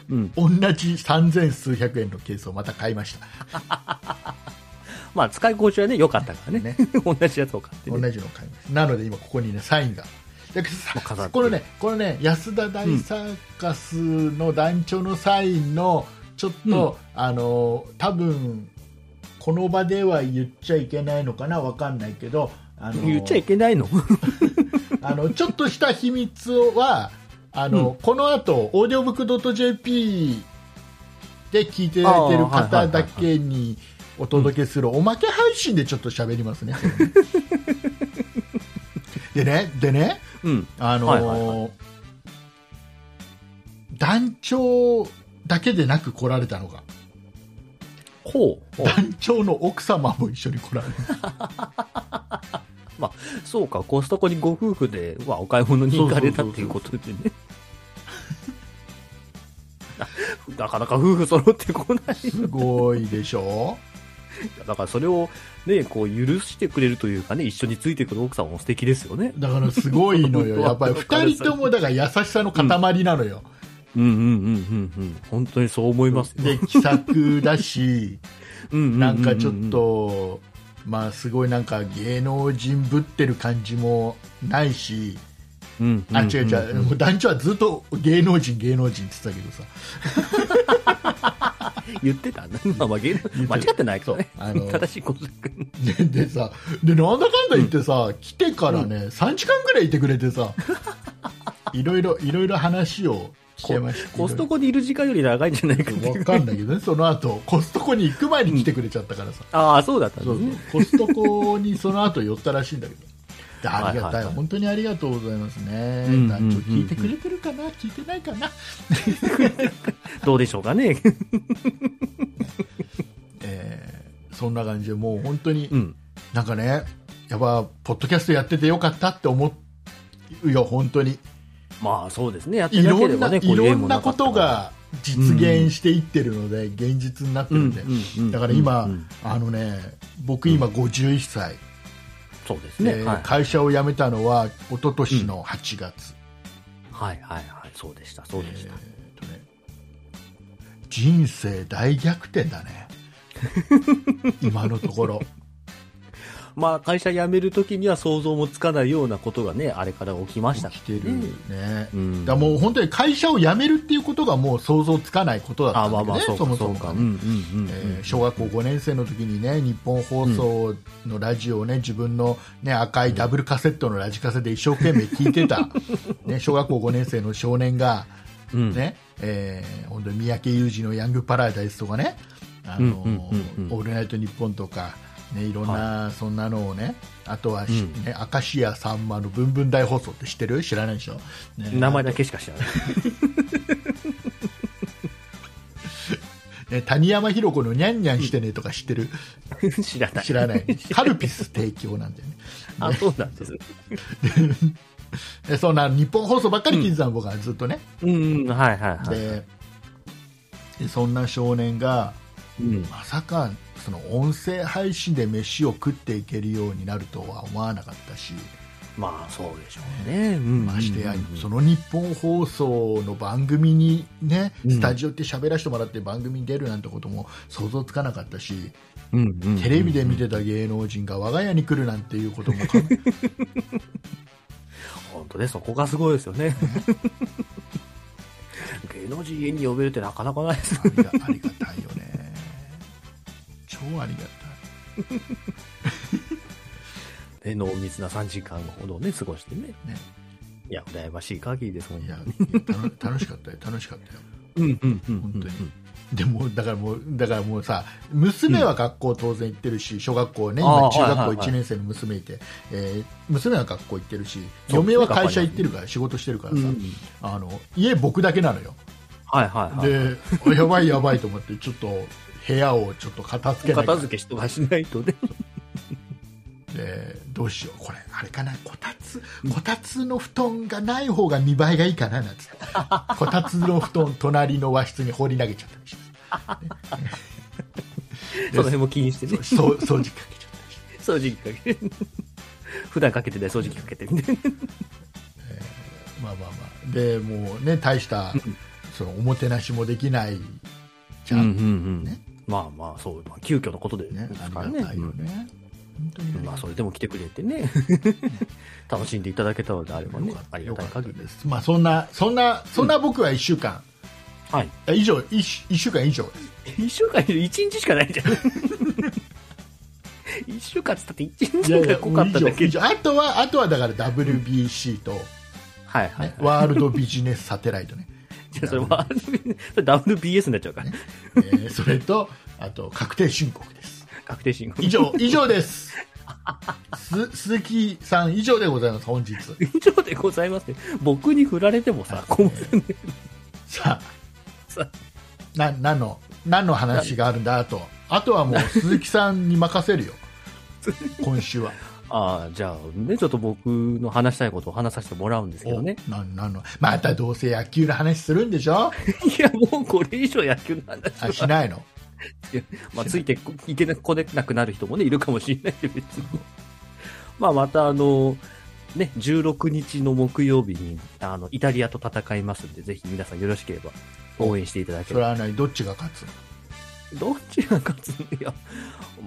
[SPEAKER 3] うん。
[SPEAKER 2] 同じ3000数百円のケースをまた買いました
[SPEAKER 3] まあ、使い心地はね、良かったからね。
[SPEAKER 2] ね
[SPEAKER 3] 同じやつを買って、
[SPEAKER 2] 同
[SPEAKER 3] ね。
[SPEAKER 2] じのを買いましたなので今ここにねサインがでさ
[SPEAKER 3] う飾って
[SPEAKER 2] このねこのね安田大サーカスの団長のサインのちょっと、あの多分この場では言っちゃいけないのかなわかんないけどあの
[SPEAKER 3] 言っちゃいけないの
[SPEAKER 2] あのちょっとした秘密はあの、この後オーディオブックドット JP で聞いていただいてる
[SPEAKER 3] あーはいはいは
[SPEAKER 2] 方
[SPEAKER 3] いは
[SPEAKER 2] だ
[SPEAKER 3] い
[SPEAKER 2] けにお届けするおまけ配信でちょっと喋りますね。それねでね、でね、
[SPEAKER 3] うん。
[SPEAKER 2] あのー
[SPEAKER 3] はいはいは
[SPEAKER 2] 団長だけでなく来られたのが、
[SPEAKER 3] ほう。ほう
[SPEAKER 2] 団長の奥様も一緒に来られた。
[SPEAKER 3] そうか、コストコにご夫婦で、まあ、お買い物に行かれた
[SPEAKER 2] そう
[SPEAKER 3] っ
[SPEAKER 2] そ
[SPEAKER 3] て
[SPEAKER 2] う
[SPEAKER 3] い
[SPEAKER 2] そう
[SPEAKER 3] う
[SPEAKER 2] そ
[SPEAKER 3] ことでね。 ななかなか夫婦揃ってこない。
[SPEAKER 2] すごいでしょ
[SPEAKER 3] だからそれをね、こう許してくれるというかね、一緒についてくる奥さんも素敵ですよね。
[SPEAKER 2] だからすごいのよ。やっぱり二人ともだから優しさの塊なのよ。
[SPEAKER 3] うんうんうんうんうん。本当にそう思いますよ。
[SPEAKER 2] で気さくだし
[SPEAKER 3] うんうんうんうん
[SPEAKER 2] なんかちょっ。と、まあ、すごいなんか芸能人ぶってる感じもないし、
[SPEAKER 3] うんうんうん
[SPEAKER 2] あ違う違う、もう団長はずっと芸能人、芸能人って言ってたけどさ、
[SPEAKER 3] 言ってたん だ。まあまあ、芸能間違ってないけどね
[SPEAKER 2] そうあの。
[SPEAKER 3] 正しいことだけど
[SPEAKER 2] ででさでなんだかんだ言ってさ、来てからね、3時間ぐらいいてくれて さ、いろいろいろいろ話をしてました
[SPEAKER 3] コストコにいる時間より長いんじゃないかっていう
[SPEAKER 2] 分かんないけどね、その後コストコに行く前に来てくれちゃったからさ。
[SPEAKER 3] ああ、そうだったん
[SPEAKER 2] そ
[SPEAKER 3] で
[SPEAKER 2] う
[SPEAKER 3] す
[SPEAKER 2] そう
[SPEAKER 3] ね。
[SPEAKER 2] コストコにその後寄ったらしいんだけ ど。でありがたい,、
[SPEAKER 3] はいはいはい
[SPEAKER 2] 本当にありがとうございますね、
[SPEAKER 3] うんうんうん
[SPEAKER 2] 団長聞いてくれてるかな聞いてないかな、
[SPEAKER 3] どうでしょうかね。
[SPEAKER 2] えーそんな感じでもう本当に、
[SPEAKER 3] うん。
[SPEAKER 2] なんかねやっぱポッドキャストやっててよかったって思うよ本当に
[SPEAKER 3] まあそうですね。やって
[SPEAKER 2] い
[SPEAKER 3] な
[SPEAKER 2] ろ
[SPEAKER 3] け
[SPEAKER 2] ん
[SPEAKER 3] れ
[SPEAKER 2] な,、
[SPEAKER 3] ばね、
[SPEAKER 2] い
[SPEAKER 3] こういう
[SPEAKER 2] ろ
[SPEAKER 3] 縁
[SPEAKER 2] ん
[SPEAKER 3] も
[SPEAKER 2] な
[SPEAKER 3] な
[SPEAKER 2] こ
[SPEAKER 3] かったか
[SPEAKER 2] と
[SPEAKER 3] ら。
[SPEAKER 2] が実現していってるので、現実になってるんで、
[SPEAKER 3] うんうんうん
[SPEAKER 2] だから今、
[SPEAKER 3] うん
[SPEAKER 2] あのね僕今51歳、
[SPEAKER 3] そうですね。
[SPEAKER 2] で
[SPEAKER 3] はい
[SPEAKER 2] 会社を辞めたのは一昨年の8月、
[SPEAKER 3] はいはいはい。そうでした、そうでした。
[SPEAKER 2] えーっとね人生大逆転だね今のところ。
[SPEAKER 3] まあ、会社辞めるときには想像もつかないようなことがね、あれから起きましたか
[SPEAKER 2] 来てるね。
[SPEAKER 3] ら。うん。
[SPEAKER 2] だからもう本当に会社を辞めるっていうことがもう想像つかないことだった
[SPEAKER 3] あ、
[SPEAKER 2] ん
[SPEAKER 3] ま
[SPEAKER 2] だ
[SPEAKER 3] あ
[SPEAKER 2] けどね、
[SPEAKER 3] まあ、そう
[SPEAKER 2] そ
[SPEAKER 3] か、
[SPEAKER 2] も
[SPEAKER 3] そ
[SPEAKER 2] そうも
[SPEAKER 3] か。うんうんうん。
[SPEAKER 2] えー小学校5年生の時にね日本放送のラジオをね、自分の、ね、赤いダブルカセットのラジカセで一生懸命聞いて た、ね、小学校5年生の少年が、
[SPEAKER 3] うん
[SPEAKER 2] ねえー本当に三宅裕司の「ヤングパラダイス」とかね「あの
[SPEAKER 3] うんうんうんうん
[SPEAKER 2] オールナイトニッポン」とか、ね、いろんなそんなのをね、あとはし、
[SPEAKER 3] うん
[SPEAKER 2] ね、明石家さんまの「ぶんぶん大放送」って知ってる知らないでしょ、ね
[SPEAKER 3] 名前だけしか知らない。
[SPEAKER 2] ね谷山ひろ子の「にゃんにゃんしてね」とか知ってる
[SPEAKER 3] 知らない。
[SPEAKER 2] 知ら ないカルピス提供なんだよね
[SPEAKER 3] あ、そうなんです。
[SPEAKER 2] でそんな日本放送ばっかり聞いてたの、僕はずっとね、
[SPEAKER 3] うん、うん、はいはいはい。
[SPEAKER 2] ででそんな少年が
[SPEAKER 3] うん。
[SPEAKER 2] まさかその音声配信で飯を食っていけるようになるとは思わなかったし
[SPEAKER 3] まあ、そうでしょうね。うん。
[SPEAKER 2] ましてや、
[SPEAKER 3] うんうんうん
[SPEAKER 2] その日本放送の番組にね
[SPEAKER 3] うん
[SPEAKER 2] スタジオって喋らせてもらって番組に出るなんてことも想像つかなかったし、
[SPEAKER 3] うんうんうん
[SPEAKER 2] テレビで見てた芸能人が我が家に来るなんていうことも考え
[SPEAKER 3] 本当ね、そこがすごいですよね。 芸能人家に呼べるってなかなかないです。
[SPEAKER 2] ありがありがたいよね超ありがたい
[SPEAKER 3] ね、濃密な3時間ほどね、過ごしてね。
[SPEAKER 2] ね
[SPEAKER 3] いや、羨ましい限りですもん
[SPEAKER 2] い
[SPEAKER 3] ね
[SPEAKER 2] や。いや楽楽しかったよ楽しかったよ
[SPEAKER 3] うんうんうん。
[SPEAKER 2] 本当にでもだからもうだからもうさ娘は学校当然行ってるし、小学校ね
[SPEAKER 3] あ
[SPEAKER 2] 今
[SPEAKER 3] あ
[SPEAKER 2] 中
[SPEAKER 3] は
[SPEAKER 2] 学
[SPEAKER 3] いはい
[SPEAKER 2] 校
[SPEAKER 3] はい
[SPEAKER 2] 1年生の娘いて、えー娘は学校行ってるし
[SPEAKER 3] そう
[SPEAKER 2] 嫁は会社行ってるから仕事してるからさ、
[SPEAKER 3] うん
[SPEAKER 2] あの家僕だけなのよ
[SPEAKER 3] はいはいはい。
[SPEAKER 2] でやばいやばいと思ってちょっと部屋をちょっと片付けなきゃ
[SPEAKER 3] 片付けしとかしな いとね。
[SPEAKER 2] でどうしようこれあれかなこたつこたつの布団がない方が見栄えがいいかななんつ ってこたつの布団隣の和室に放り投げちゃったりし
[SPEAKER 3] その辺も気にしてね。
[SPEAKER 2] ますそう掃除機かけちゃったりして
[SPEAKER 3] 掃除機かけ て。普段かけてない掃除機かけてみたいな。
[SPEAKER 2] まあまあまあでもうね大したそのおもてなしもできないじゃん、
[SPEAKER 3] ん
[SPEAKER 2] ね
[SPEAKER 3] まあまあ、そう、まあ、急遽のことで
[SPEAKER 2] ね
[SPEAKER 3] で
[SPEAKER 2] あり
[SPEAKER 3] すから
[SPEAKER 2] がたいよ
[SPEAKER 3] うん
[SPEAKER 2] ね、本当にありがた
[SPEAKER 3] まあ、
[SPEAKER 2] い
[SPEAKER 3] それでも来てくれてね。 楽しんでいただけたのであればね
[SPEAKER 2] よかっ。た
[SPEAKER 3] ありがたい限り
[SPEAKER 2] よかった
[SPEAKER 3] で。
[SPEAKER 2] ですすまあそんなそんなそんな僕は1週間、
[SPEAKER 3] はい。
[SPEAKER 2] あ以上 1, 週間以上です
[SPEAKER 3] 一週間より一日しかない じゃん。一週間っつったって一日が濃かっただ
[SPEAKER 2] もう
[SPEAKER 3] け
[SPEAKER 2] 以
[SPEAKER 3] じゃ
[SPEAKER 2] 上以
[SPEAKER 3] ん。
[SPEAKER 2] 上あとはあとはだから WBC と、
[SPEAKER 3] はいはいはい。
[SPEAKER 2] ワールドビジネスサテライトね、
[SPEAKER 3] じゃあそれは、それ WBS になっちゃうから。
[SPEAKER 2] えーそれとあと確定申告です
[SPEAKER 3] 確定申告。
[SPEAKER 2] 以上以上ですす鈴木さん以上でございます本日
[SPEAKER 3] 以上でございますね。僕に振られてもさ、困るんで
[SPEAKER 2] さ
[SPEAKER 3] さ。
[SPEAKER 2] あな何の何の話があるんだあとあとはもう鈴木さんに任せる よ今週は
[SPEAKER 3] ああ、じゃあ、ね、ちょっと僕の話したいことを話させてもらうんですけどね。
[SPEAKER 2] おなんなんのまたどうせ野球の話するんでしょ
[SPEAKER 3] いや、もうこれ以上野球の
[SPEAKER 2] あ
[SPEAKER 3] 話
[SPEAKER 2] し
[SPEAKER 3] は、
[SPEAKER 2] ないの
[SPEAKER 3] まあ、ついていけなこれなくなる人もね、いるかもしれないけど、別に。 まあ、またあの、ね、16日の木曜日に、あの、イタリアと戦いますんで、ぜひ皆さんよろしければ応援していただ
[SPEAKER 2] そ
[SPEAKER 3] ければ
[SPEAKER 2] れはないどっちが勝つの
[SPEAKER 3] どっちが勝つんいや、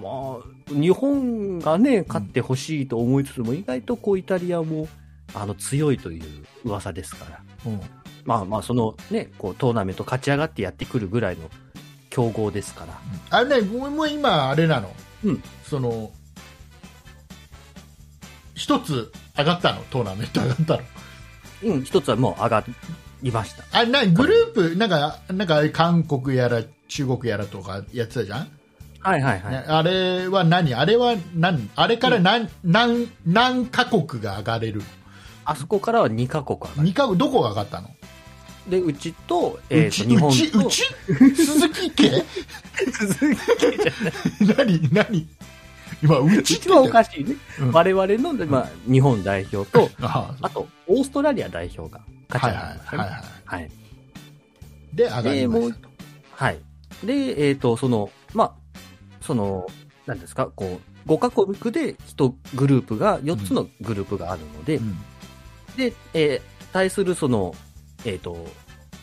[SPEAKER 3] まあ、日本がね、勝ってほしいと思いつつも、意外とこう、イタリアも、あの、強いという噂ですから。
[SPEAKER 2] うん
[SPEAKER 3] まあまあ、そのね、こう、トーナメント勝ち上がってやってくるぐらいの強豪ですから。
[SPEAKER 2] あれね、もうもう今、あれなの、
[SPEAKER 3] うん
[SPEAKER 2] その一つ上がったの、トーナメント上がったの、
[SPEAKER 3] うん、一つはもう上がりました。
[SPEAKER 2] あなグループ、なんか、なんか韓国やら中国やらとかやってたじゃん、
[SPEAKER 3] はいはいはい。
[SPEAKER 2] ねあれは何、あれは何、あれから何,、何何カ国が上がれる、
[SPEAKER 3] あそこからは2カ国上がる。
[SPEAKER 2] 二カ国どこが上がったの、
[SPEAKER 3] で、うちと、え
[SPEAKER 2] う
[SPEAKER 3] っ、
[SPEAKER 2] ち、
[SPEAKER 3] と、日
[SPEAKER 2] う
[SPEAKER 3] 本
[SPEAKER 2] ち、
[SPEAKER 3] と
[SPEAKER 2] うち、鈴木 家、
[SPEAKER 3] 続きじゃない。
[SPEAKER 2] 何、何、今、うちって
[SPEAKER 3] 一
[SPEAKER 2] 言っ
[SPEAKER 3] 番お
[SPEAKER 2] たよ
[SPEAKER 3] かしいね。
[SPEAKER 2] うん
[SPEAKER 3] 我々の、まあ、日本代表と、
[SPEAKER 2] あ
[SPEAKER 3] あと、オーストラリア代表が
[SPEAKER 2] は
[SPEAKER 3] 勝
[SPEAKER 2] い
[SPEAKER 3] ち
[SPEAKER 2] はい
[SPEAKER 3] 上がりまし
[SPEAKER 2] は
[SPEAKER 3] た
[SPEAKER 2] いは
[SPEAKER 3] ね。はい。
[SPEAKER 2] い、で、上がりましたと。
[SPEAKER 3] はい。で、えっ、と、その、まあ、その、なんですか、こう、5カ国で1グループが、4つのグループがあるので、
[SPEAKER 2] うん
[SPEAKER 3] で、えー対するその、えっ、と、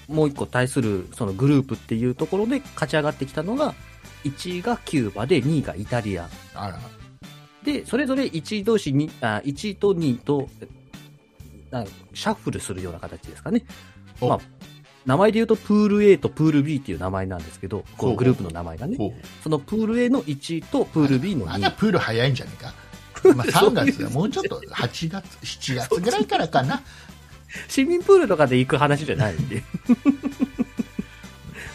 [SPEAKER 3] もう1個対するそのグループっていうところで勝ち上がってきたのが、 1位がキューバで2位がイタリア。
[SPEAKER 2] あら。
[SPEAKER 3] で、それぞれ1位同士に、あ1位と2位と、あシャッフルするような形ですかね。
[SPEAKER 2] お
[SPEAKER 3] まあ、名前で言うと、プール A とプール B っていう名前なんですけど、こ
[SPEAKER 2] ほう
[SPEAKER 3] うグループの名前がね。
[SPEAKER 2] ほう
[SPEAKER 3] そのプール A の1位とプール B の
[SPEAKER 2] ま
[SPEAKER 3] 2
[SPEAKER 2] だ
[SPEAKER 3] 位。
[SPEAKER 2] プール早いんじゃねえか。まあ、3月だもうちょっと8月、7月ぐらいから かな。
[SPEAKER 3] 市民プールとかで行く話じゃないん で。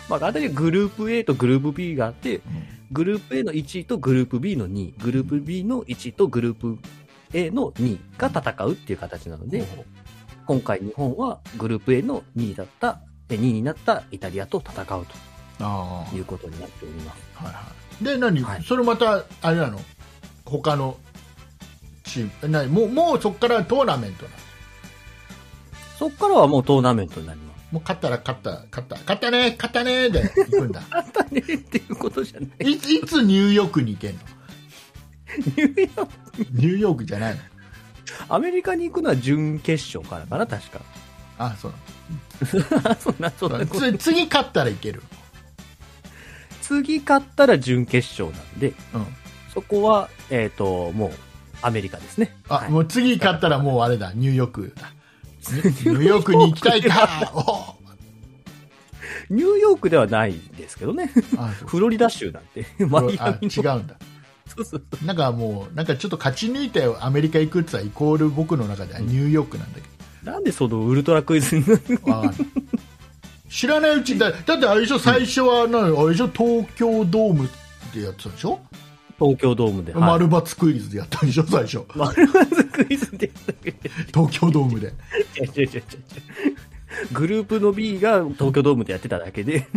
[SPEAKER 3] まあ、簡単にグループ A とグループ B があって、グループ A の1位とグループ B の2位、グループ B の1位とグループ A の2位が戦うっていう形なので、
[SPEAKER 2] ほう
[SPEAKER 3] 今回日本はグループ A の2位だった、え2位になったイタリアと戦うと
[SPEAKER 2] あ
[SPEAKER 3] いうことになっております。
[SPEAKER 2] あ、はいはい。で、何、
[SPEAKER 3] はい
[SPEAKER 2] それまた、あれなの他のチームえ、何もう、もうそこからトーナメントなの
[SPEAKER 3] そこからはもうトーナメントになります。
[SPEAKER 2] もう勝ったら勝った、勝った、勝ったね、勝ったね、で行く んだ。
[SPEAKER 3] 簡単ねっていうことじゃない。
[SPEAKER 2] いつ、いつニューヨークに行けんの
[SPEAKER 3] ニューヨーク
[SPEAKER 2] ニューヨークじゃないの
[SPEAKER 3] アメリカに行くのは準決勝からかな、確か。
[SPEAKER 2] あ、そう
[SPEAKER 3] そんな、そん
[SPEAKER 2] な
[SPEAKER 3] な
[SPEAKER 2] の
[SPEAKER 3] こと。
[SPEAKER 2] つ次勝ったらいける。
[SPEAKER 3] 次勝ったら準決勝なんで、
[SPEAKER 2] うん。
[SPEAKER 3] そこは、えっ、と、もう、アメリカですね。
[SPEAKER 2] あ、
[SPEAKER 3] はい
[SPEAKER 2] もう次勝ったらもうあれだ、ニューヨーク だ。ニューヨークに行きたいかお
[SPEAKER 3] ニューヨークではないですけどね。
[SPEAKER 2] あ
[SPEAKER 3] フロリダ州なんて、
[SPEAKER 2] そ
[SPEAKER 3] マ
[SPEAKER 2] う
[SPEAKER 3] イア
[SPEAKER 2] あ
[SPEAKER 3] ミの。
[SPEAKER 2] 違うんだ。
[SPEAKER 3] そうそうそう
[SPEAKER 2] なんかもう、なんかちょっと勝ち抜いてアメリカ行くって言ったらイコール僕の中ではニューヨークなんだけ
[SPEAKER 3] なんでそのウルトラクイズになる
[SPEAKER 2] ど。わかんない知らないうちにだ、だってあれでしょ、最初はな、あれでしょ、東京ドームでやってたでしょ、
[SPEAKER 3] 東京ドームで。はい
[SPEAKER 2] 丸抜クイズでやったでしょ、最初。
[SPEAKER 3] 丸まずクイズって言った
[SPEAKER 2] 東京ドームで。
[SPEAKER 3] けど違う違う違う違うグループの B が東京ドームでやってただけで、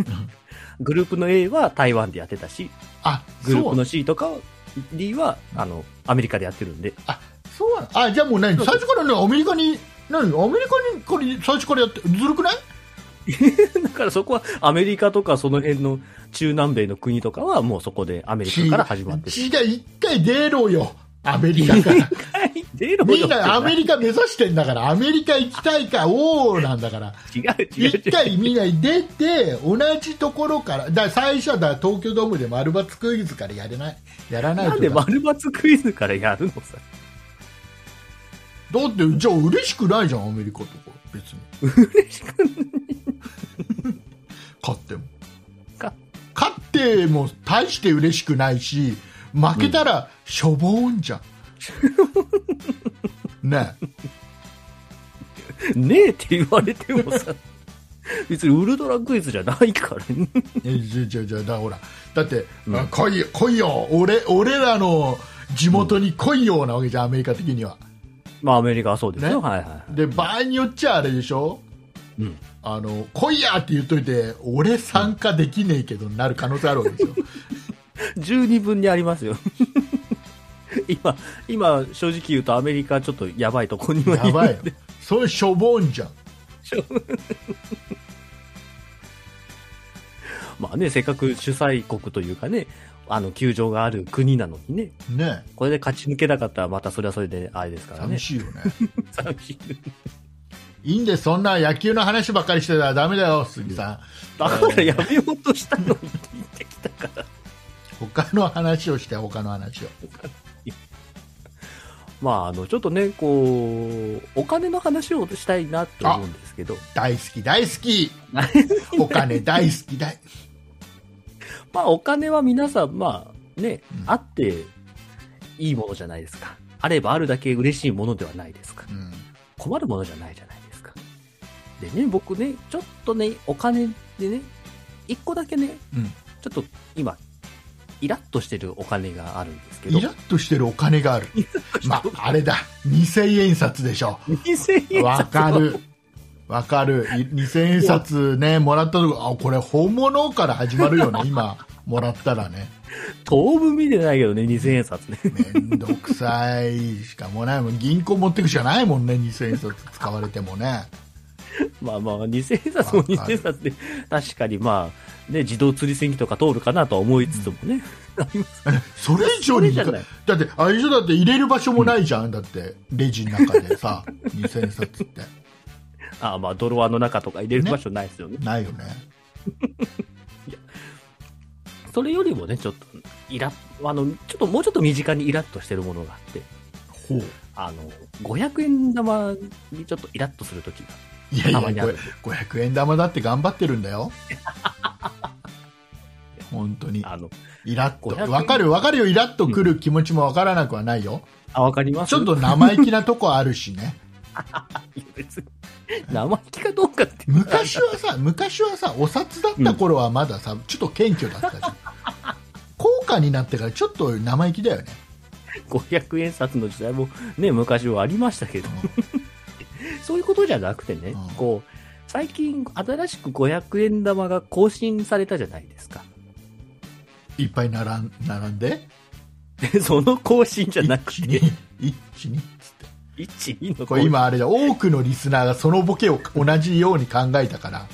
[SPEAKER 3] グループの A は台湾でやってたし、
[SPEAKER 2] あ、
[SPEAKER 3] グルー
[SPEAKER 2] そ
[SPEAKER 3] プ
[SPEAKER 2] う
[SPEAKER 3] の C とか D は、あの、アメリカでやってるんで、
[SPEAKER 2] あ、そうなのあ、じゃあもう何最初からね、アメリカに、何アメリカに、これ最初からやって、ずるくない
[SPEAKER 3] だからそこはアメリカとかその辺の中南米の国とかはもうそこでアメリカから始まってる。
[SPEAKER 2] 違う、一回出ろよ。アメリカから。
[SPEAKER 3] はい出ろよ
[SPEAKER 2] みんなアメ
[SPEAKER 3] リ
[SPEAKER 2] リカ目指してんだから、アメリカ行きたいか、おーなんだから。
[SPEAKER 3] カ違う違う違う
[SPEAKER 2] 一回みんな出て、同じところから、だから最初はだから東京ドームで丸抜クイズからやれない、やらないと
[SPEAKER 3] な
[SPEAKER 2] か
[SPEAKER 3] んで丸抜クイズからやるのさ。
[SPEAKER 2] だって、じゃあ嬉しくないじゃん、アメリカとか、別に。嬉しくない。勝っても。
[SPEAKER 3] か
[SPEAKER 2] 勝っても大して嬉しくないし負けたらしょぼーんじゃん、ねえ
[SPEAKER 3] ねえって言われてもさ、 別にウルトラクイズじゃないからね。
[SPEAKER 2] えじゃじゃじゃだほらだって、
[SPEAKER 3] うん
[SPEAKER 2] あ来いよ来いよ俺俺らの地元に来いよなわけじゃんアメリカ的には
[SPEAKER 3] まあアメリカはそうですよ。
[SPEAKER 2] ね
[SPEAKER 3] はいは
[SPEAKER 2] で場合によっちゃあれでしょ
[SPEAKER 3] い。うん。
[SPEAKER 2] あの来いやって言っといて俺参加できねえけどになる可能性あるわけですよ
[SPEAKER 3] 十二分にありますよ。 今、今、正直言うとアメリカちょっとやばいとこには
[SPEAKER 2] やばい
[SPEAKER 3] る
[SPEAKER 2] よそれしょぼーんじゃん
[SPEAKER 3] まあね、せっかく主催国というかね、あの、球場がある国なのにね、
[SPEAKER 2] ねえ
[SPEAKER 3] これで勝ち抜けなかったらまたそれはそれであれですからね
[SPEAKER 2] 寂。しいよね
[SPEAKER 3] 寂しい。
[SPEAKER 2] いいんでそんな野球の話ばっかりしてたらダメだよ杉さん、
[SPEAKER 3] だからやめようとしたのにって言ってきたから。
[SPEAKER 2] 他の話をして他の話を
[SPEAKER 3] まあ、あの、ちょっとね、こう、お金の話をしたいなと思うんですけど、
[SPEAKER 2] 大好き大好きお金大好き大
[SPEAKER 3] まあ、お金は皆さん、まあ、ね
[SPEAKER 2] う、ん
[SPEAKER 3] あっていいものじゃないですか。あればあるだけ嬉しいものではないですか。
[SPEAKER 2] うん
[SPEAKER 3] 困るものじゃないじゃないですか。でね、僕ね、ちょっとね、お金でね、一個だけね、
[SPEAKER 2] う
[SPEAKER 3] ちょっと今、イラッとしてるお金があるんですけ
[SPEAKER 2] ん、
[SPEAKER 3] ど
[SPEAKER 2] イ、ラッとしてるお金があるまあれだ2000円札でしょ
[SPEAKER 3] 2000円
[SPEAKER 2] わかるわかるい2000円札ねもらったとこあこれ本物から始まるよ ね今もらったらね
[SPEAKER 3] 当分見てないけどね、2000円札ね。
[SPEAKER 2] めんどくさいしかもないもん銀行持ってくしかないもんね2000円札使われてもね
[SPEAKER 3] まあまあ、2000円札も
[SPEAKER 2] わか
[SPEAKER 3] 2000
[SPEAKER 2] る
[SPEAKER 3] 円札で、確かにまあ、ね、自動釣り線機とか通るかなとは思いつつもね。あります
[SPEAKER 2] それ以上に
[SPEAKER 3] それじゃない
[SPEAKER 2] だってあれ以上だって入れる場所もないじゃん、だってレジの中でさ 2000円札って
[SPEAKER 3] あまあ、ドロワーの中とか入れる場所ないですよね。
[SPEAKER 2] ないよね
[SPEAKER 3] そそれよりもね、ちょっと、イラあの、ちょっともうちょっと身近にイラッとしてるものがあって、
[SPEAKER 2] ほう
[SPEAKER 3] あの、500円玉にちょっとイラッとするときが。
[SPEAKER 2] いやい
[SPEAKER 3] た
[SPEAKER 2] や
[SPEAKER 3] まにある
[SPEAKER 2] ご500円玉だって頑張ってるんだよ本当に
[SPEAKER 3] あの、
[SPEAKER 2] イラッ
[SPEAKER 3] 500
[SPEAKER 2] とわかるわかるよイラッとくる気持ちもわからなくはないよ、
[SPEAKER 3] あ、わかります
[SPEAKER 2] ちょっと生意気なとこあるし ね
[SPEAKER 3] いや別に生意気かどうかって。
[SPEAKER 2] 昔はさ昔はさお札だった頃はまださ、ちょっと謙虚だったじゃん高価になってからちょっと生意気 だよね
[SPEAKER 3] 500円札の時代もね、昔はありましたけど、そういうことじゃなくてね、
[SPEAKER 2] うん
[SPEAKER 3] こう、最近新しく500円玉が更新されたじゃないですか。
[SPEAKER 2] いっぱい並ん並んで
[SPEAKER 3] で、 その更新じゃなくて、
[SPEAKER 2] 一二っつって
[SPEAKER 3] 1、2の
[SPEAKER 2] こ
[SPEAKER 3] 更
[SPEAKER 2] れ
[SPEAKER 3] 新。
[SPEAKER 2] 今あれだ多くのリスナーがそのボケを同じように考えたか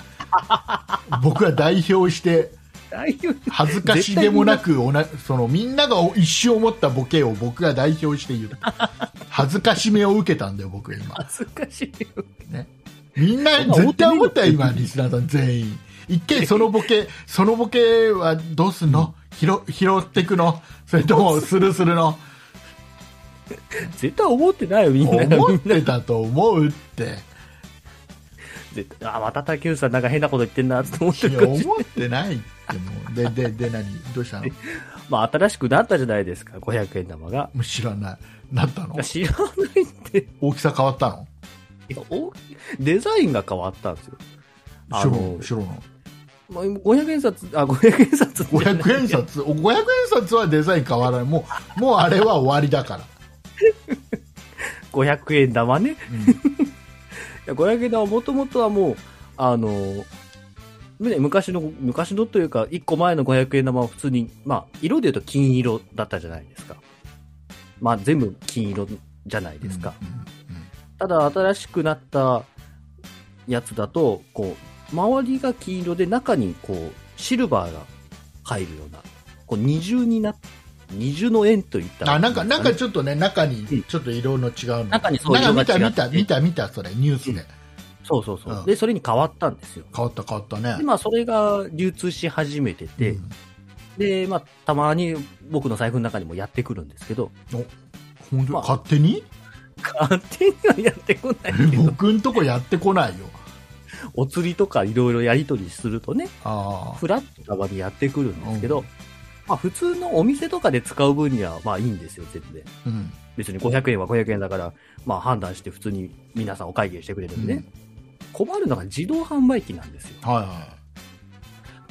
[SPEAKER 2] ら僕は代表して
[SPEAKER 3] だいぶ
[SPEAKER 2] 恥ずかしでもなくおなそのみんなが一瞬思ったボケを僕が代表して言う恥ずかしめを受けたんだよ僕今
[SPEAKER 3] 恥ずかしいよ。
[SPEAKER 2] ねみんな
[SPEAKER 3] そんな思
[SPEAKER 2] 絶
[SPEAKER 3] ってねえ
[SPEAKER 2] 対
[SPEAKER 3] よ
[SPEAKER 2] 思ったよ今リスナーさん全員一見そのボケ そのボケはどうすんの拾拾ってくのそれともスルスルの
[SPEAKER 3] 絶対思ってないよ、みんなが。
[SPEAKER 2] 思ってたと思うって
[SPEAKER 3] 絶対あ、また竹内さんなんか変なこと言ってんな、って思って
[SPEAKER 2] い
[SPEAKER 3] る
[SPEAKER 2] や
[SPEAKER 3] かもしれない
[SPEAKER 2] 思ってないってもうででで何どうしたのも
[SPEAKER 3] まあ、新しくなったじゃないですか、500円玉が。
[SPEAKER 2] う知らないなったの
[SPEAKER 3] 知らないって。
[SPEAKER 2] 大きさ変わったの
[SPEAKER 3] いや大きいデザインが変わったんですよ。あの
[SPEAKER 2] 白、白の
[SPEAKER 3] まあ500円札、あ、500円札って
[SPEAKER 2] 500円札お500円札はデザイン変わらないもうもうあれは終わりだから、
[SPEAKER 3] 500円玉ね。
[SPEAKER 2] うん
[SPEAKER 3] いや500円玉はもともとはもう、あの、ね、昔の、昔のというか、1個前の500円玉は普通に、まあ、色で言うと金色だったじゃないですか。まあ、全部金色じゃないですか。ただ、新しくなったやつだと、こう、周りが金色で中にこう、シルバーが入るような、こう、二重にな、二重の円といった
[SPEAKER 2] あなんかなんか
[SPEAKER 3] です
[SPEAKER 2] ちょっとね中
[SPEAKER 3] うん
[SPEAKER 2] にちょっと色の違うの
[SPEAKER 3] 中にそう
[SPEAKER 2] なんか
[SPEAKER 3] 色が違
[SPEAKER 2] 見
[SPEAKER 3] って
[SPEAKER 2] た見た見た見たそれニュースで、
[SPEAKER 3] ねそうそうそう。
[SPEAKER 2] うん
[SPEAKER 3] で、それに変わったんですよ。
[SPEAKER 2] 変わった変わったね
[SPEAKER 3] で、まあ、それが流通し始めてて、
[SPEAKER 2] うん
[SPEAKER 3] で、まあ、たまに僕の財布の中にもやってくるんですけど、
[SPEAKER 2] 本当
[SPEAKER 3] まあ
[SPEAKER 2] 勝手に
[SPEAKER 3] 勝手にはやってこない けど、
[SPEAKER 2] 僕んとこやってこないよ
[SPEAKER 3] お釣りとかいろいろやり取りするとね、
[SPEAKER 2] あ
[SPEAKER 3] フラッとたまにやってくるんですけど、
[SPEAKER 2] うん
[SPEAKER 3] まあ普通のお店とかで使う分にはまあいいんですよ、全然。
[SPEAKER 2] あうん
[SPEAKER 3] 別に500円は500円だから、まあ判断して普通に皆さんお会計してくれるんでね。困るのが自動販売機なんですよ。
[SPEAKER 2] はいは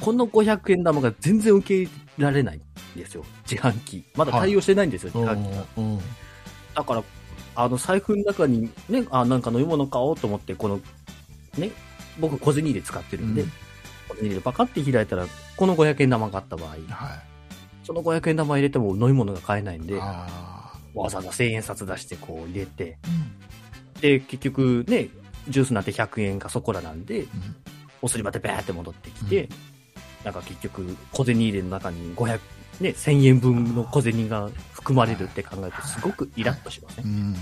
[SPEAKER 3] この500円玉が全然受け入れられないんですよ、自販機。まだ対応してないんですよ、
[SPEAKER 2] い
[SPEAKER 3] 自販機が。
[SPEAKER 2] うんうん
[SPEAKER 3] だから、あの財布の中にね、あ、なんか飲み物買おうと思って、この、ね、僕小銭入れ使ってるんで、
[SPEAKER 2] うん
[SPEAKER 3] 小銭入れパカって開いたら、この500円玉があった場合、
[SPEAKER 2] はい
[SPEAKER 3] その500円玉入れても飲み物が買えないんで、わ
[SPEAKER 2] あ
[SPEAKER 3] ざわざ1000円札出してこう入れて、
[SPEAKER 2] ーうん
[SPEAKER 3] で、結局ね、ジュースなんて100円かそこらなんで、
[SPEAKER 2] うん
[SPEAKER 3] おすりまでバーって戻ってきて、なんか結局小銭入れの中に500、ね、1000円分の小銭が含まれるって考えるとすごくイラッとしますね
[SPEAKER 2] う。ん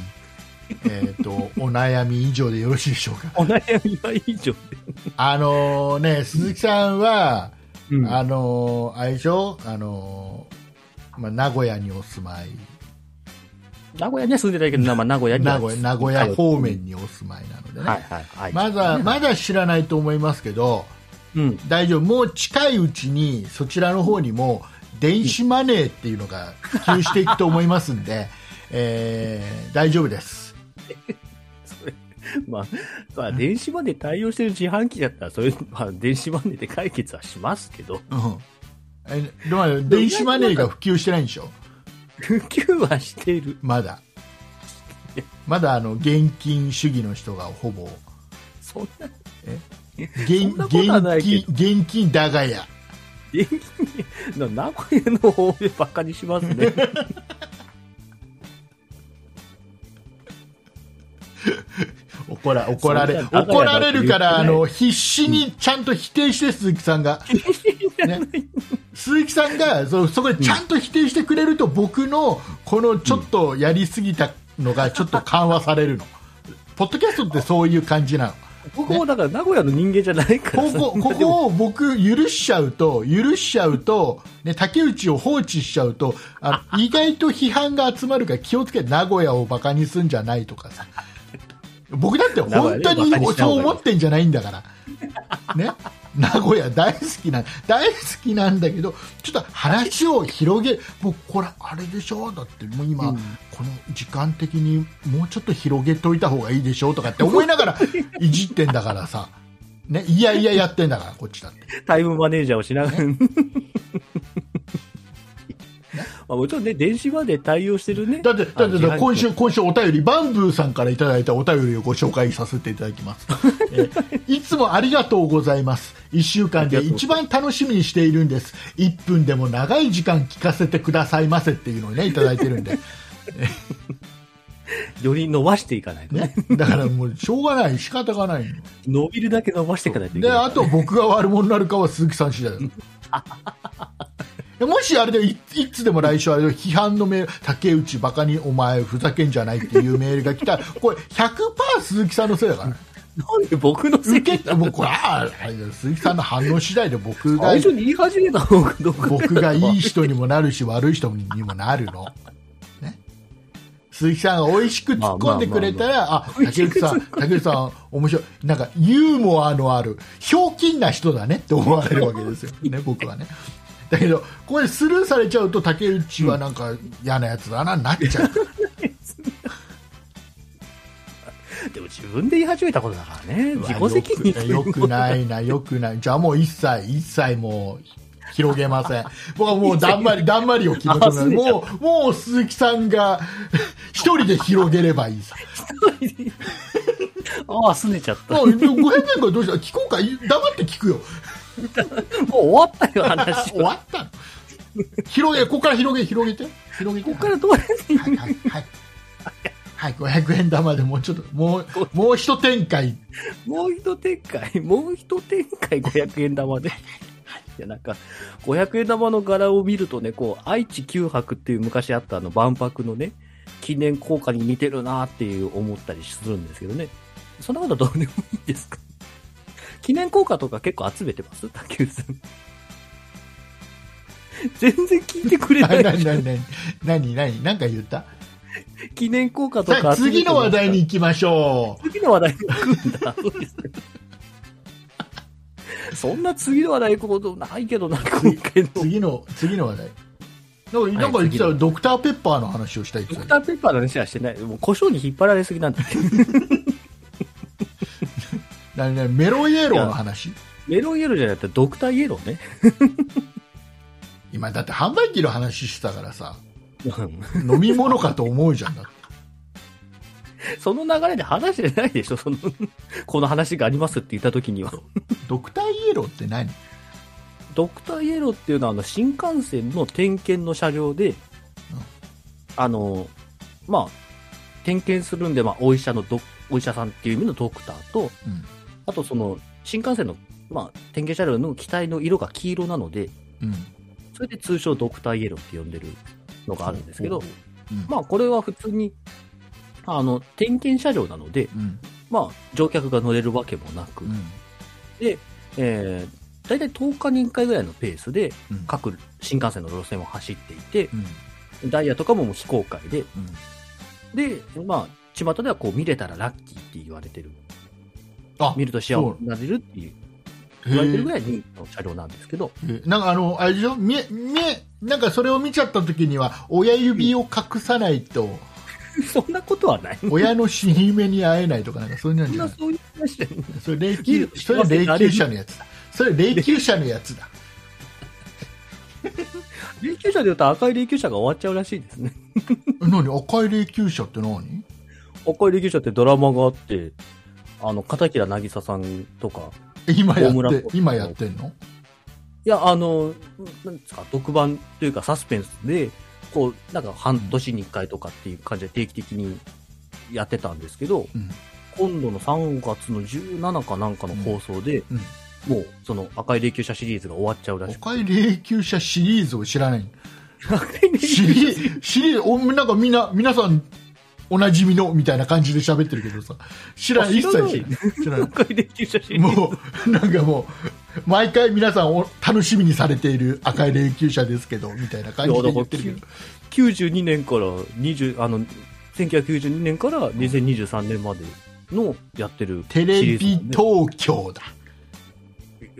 [SPEAKER 2] えっ、とお悩み以上でよろしいでしょうか
[SPEAKER 3] お悩みは以上で。
[SPEAKER 2] あのね鈴木さんは、
[SPEAKER 3] うん
[SPEAKER 2] あのーあれでしょあのーまあ、名古屋にお住まい
[SPEAKER 3] 名古屋には住んでないけど、まあ、名古屋には
[SPEAKER 2] 名古屋名古屋方面にお住まいなのでね、
[SPEAKER 3] はいはいはい。
[SPEAKER 2] まだまだ知らないと思いますけど
[SPEAKER 3] うん。
[SPEAKER 2] 大丈夫もう近いうちにそちらの方にも電子マネーっていうのが普及していくと思いますん で、えー大丈夫です
[SPEAKER 3] それまあ、まあ、電子マネー対応してる自販機だったら、それ、まあ、電子マネーで解決はしますけど、
[SPEAKER 2] うんえでも電子マネーが普及してないんでしょ
[SPEAKER 3] 普及はしている。
[SPEAKER 2] まだまだあの現金主義の人がほぼ
[SPEAKER 3] そんな、
[SPEAKER 2] 現
[SPEAKER 3] そんなことはない
[SPEAKER 2] 現
[SPEAKER 3] け
[SPEAKER 2] 金
[SPEAKER 3] ど
[SPEAKER 2] 現金だがや
[SPEAKER 3] 現金の名古屋の方面ばっかにします ね。
[SPEAKER 2] 怒ら怒られ
[SPEAKER 3] そんなだがや
[SPEAKER 2] 怒られるか
[SPEAKER 3] だ
[SPEAKER 2] らあ
[SPEAKER 3] って言ってない
[SPEAKER 2] の必死にちゃんと否定して鈴木さんが、ね、鈴木さんがそそこでちゃんと否定してくれると僕のこのちょっとやりすぎたのがちょっと緩和されるの、ポッドキャストってそういう感じなの
[SPEAKER 3] 僕もだから名古屋の人間じゃないから
[SPEAKER 2] こ
[SPEAKER 3] さ
[SPEAKER 2] こ、ここを僕許しちゃうと、許しちゃうと、ね、竹内を放置しちゃうと、あ意外と批判が集まるから気をつけて、名古屋をバカにすんじゃないとかさ。僕だって本当
[SPEAKER 3] 名古屋ね
[SPEAKER 2] に
[SPEAKER 3] 馬鹿にしない
[SPEAKER 2] そう思ってんじゃないんだから。ね。名古屋大好きな、大好きなんだけど、ちょっと話を広げる。もうこれ、あれでしょだってもう今、この時間的にもうちょっと広げといた方がいいでしょとかって思いながらいじってんだからさ。ね、いやいややってんだから、こっちだって。
[SPEAKER 3] タイムマネージャーをしながら。まあ、もちろんね、電子マネー対応してるね。
[SPEAKER 2] だって、だって、だって
[SPEAKER 3] あ
[SPEAKER 2] 今。週、今週お便り、バンブーさんからいただいたお便りをご紹介させていただきます。えいつもありがとうございます。一週間で一番楽しみにしているんです。一分でも長い時間聞かせてくださいませっていうのをね、いただいてるんで。
[SPEAKER 3] より伸ばしていかないとね。
[SPEAKER 2] ね。だからもう、しょうがない。仕方がないの。
[SPEAKER 3] 伸びるだけ伸ばしていかないといけ
[SPEAKER 2] で、
[SPEAKER 3] ない。
[SPEAKER 2] あと僕が悪者になるかは鈴木さん次第だよ えもしあれでいいつでも来週あれで批判のメール竹内バカにお前ふざけんじゃないっていうメールが来たら これ100%鈴木さんのせいだからね
[SPEAKER 3] なんで僕のせい
[SPEAKER 2] 受けてもうこれあー鈴木さんの反応次第で僕が
[SPEAKER 3] 最初に言い始めた方がどうか
[SPEAKER 2] 僕がいい人にもなるし悪い人にもなるの、ね、鈴木さんが美味しく突っ込んでくれたら、あ竹内さん竹内さん面白いなんかユーモアのあるひょうきんな人だねって思われるわけですよ ね僕はねだけどこれスルーされちゃうと竹内はなんか嫌なやつだななっちゃう
[SPEAKER 3] でも自分で言い始めたことだからね。自己責任
[SPEAKER 2] よくよくないな、よくない。じゃあもう一切、一切もう広げません。僕はもうだんまり、だんまりを決めてます。
[SPEAKER 3] あ忘れちゃ
[SPEAKER 2] もう、もう鈴木さんが一人で広げればいいさ。
[SPEAKER 3] ああ、すねちゃった。も
[SPEAKER 2] もう500円からどうした聞こうか。黙って聞くよ。
[SPEAKER 3] う終わったよ、話
[SPEAKER 2] 終
[SPEAKER 3] は。
[SPEAKER 2] わったの。広げ、ここから広げ、広げて。広げて。
[SPEAKER 3] ここからどうやって
[SPEAKER 2] はい、はい、はい。はい、500円玉でもうちょっと、もう、もう一展開。
[SPEAKER 3] もう一展開、 もう一展開500円玉で。 いや、なんか、500円玉の柄を見るとね、こう、愛知九博っていう昔あったあの万博のね、記念硬貨に似てるなっていう思ったりするんですけどね。そんなことはどうでもいいんですか 記念硬貨とか結構集めてます竹内さん。全然聞いてくれな
[SPEAKER 2] 何、何、
[SPEAKER 3] い。
[SPEAKER 2] 何、何、何、何、何か言った
[SPEAKER 3] 記念硬貨と
[SPEAKER 2] さあ、
[SPEAKER 3] か集めて
[SPEAKER 2] 次の話題に行きましょう。
[SPEAKER 3] 次の話題に行くんだ。 そんな次の話題行くことないけどな、今回の。
[SPEAKER 2] 次の次の話題なんか,、なんか言ってたらドクターペッパーの話をしたいって
[SPEAKER 3] ド
[SPEAKER 2] 言っ
[SPEAKER 3] ク
[SPEAKER 2] てた
[SPEAKER 3] ターペッパーの話はしてない。もう胡椒に引っ張られすぎなんだけど。
[SPEAKER 2] 何々メロイエローの話
[SPEAKER 3] メロンイエローじゃなくてドクターイエローね。
[SPEAKER 2] 今だって販売機の話してたからさ飲み物かと思うじゃんだって
[SPEAKER 3] その流れで話してないでしょ、その、この話がありますって言った時には。
[SPEAKER 2] ドクターイエローって何
[SPEAKER 3] ドクターイエローっていうのはあの新幹線の点検の車両で、あの、まあ、点検するんで、まあ、お医者のド、お医者さんっていう意味のドクターと、
[SPEAKER 2] うん
[SPEAKER 3] あとその、新幹線の、まあ、点検車両の機体の色が黄色なので、
[SPEAKER 2] うん
[SPEAKER 3] それで通称ドクターイエローって呼んでるのがあるんですけど、
[SPEAKER 2] うん
[SPEAKER 3] まあ、これは普通に、あの、点検車両なので、
[SPEAKER 2] うん
[SPEAKER 3] まあ、乗客が乗れるわけもなく
[SPEAKER 2] う、ん
[SPEAKER 3] で、えー、大体10日に1回ぐらいのペースで、
[SPEAKER 2] うん
[SPEAKER 3] 各新幹線の路線を走っていて、
[SPEAKER 2] うん
[SPEAKER 3] ダイヤとかももう非公開で、
[SPEAKER 2] うん
[SPEAKER 3] で、まあ、巷ではこう見れたらラッキーって言われてる。
[SPEAKER 2] あ
[SPEAKER 3] 見ると幸せになれるっていう、言われてるぐ
[SPEAKER 2] へ
[SPEAKER 3] らい人気の車両なんですけど、
[SPEAKER 2] えなんかあのあれでしょ見え見えなんかそれを見ちゃった時には親指を隠さないと
[SPEAKER 3] そんなことはない。
[SPEAKER 2] 親の死に目に会えないとかなんかそういうの
[SPEAKER 3] そん
[SPEAKER 2] じゃ
[SPEAKER 3] な
[SPEAKER 2] ない
[SPEAKER 3] そういう話じゃない
[SPEAKER 2] それ霊柩それ霊柩車のやつだそれ霊柩車のやつだ
[SPEAKER 3] 霊柩車で言うと赤い霊柩車が終わっちゃうらしいですね。
[SPEAKER 2] え何赤い霊柩車って何
[SPEAKER 3] 赤い霊柩車ってドラマがあって、あの、片平なぎささんとか、
[SPEAKER 2] え今や
[SPEAKER 3] 大村
[SPEAKER 2] っ
[SPEAKER 3] と
[SPEAKER 2] て今やってんの
[SPEAKER 3] いや、あの、なんですか、特番というかサスペンスで、こう、なんか半年に1回とかっていう感じで定期的にやってたんですけど、
[SPEAKER 2] うん
[SPEAKER 3] 今度の3月の17かなんかの放送で、
[SPEAKER 2] うん
[SPEAKER 3] もう、その赤い霊柩車シリーズが終わっちゃうらしくて
[SPEAKER 2] 赤い霊柩車シリーズを知らない
[SPEAKER 3] 赤い霊
[SPEAKER 2] シ
[SPEAKER 3] 柩車
[SPEAKER 2] リシリーズおなんかみんな皆さんおなじみの、みたいな感じで喋ってるけどさ、知らん、
[SPEAKER 3] あ
[SPEAKER 2] 一
[SPEAKER 3] 知らない
[SPEAKER 2] 切知らない。知ら
[SPEAKER 3] これできる写
[SPEAKER 2] ない。
[SPEAKER 3] 真。
[SPEAKER 2] もう、なんかもう、毎回皆さんを楽しみにされている赤い霊柩車ですけど、みたいな感じで言ってるけ ど。
[SPEAKER 3] 92年から20、あの、1992年から2023年までのやってる
[SPEAKER 2] テレビ
[SPEAKER 3] シリーズなんで
[SPEAKER 2] 東京だ。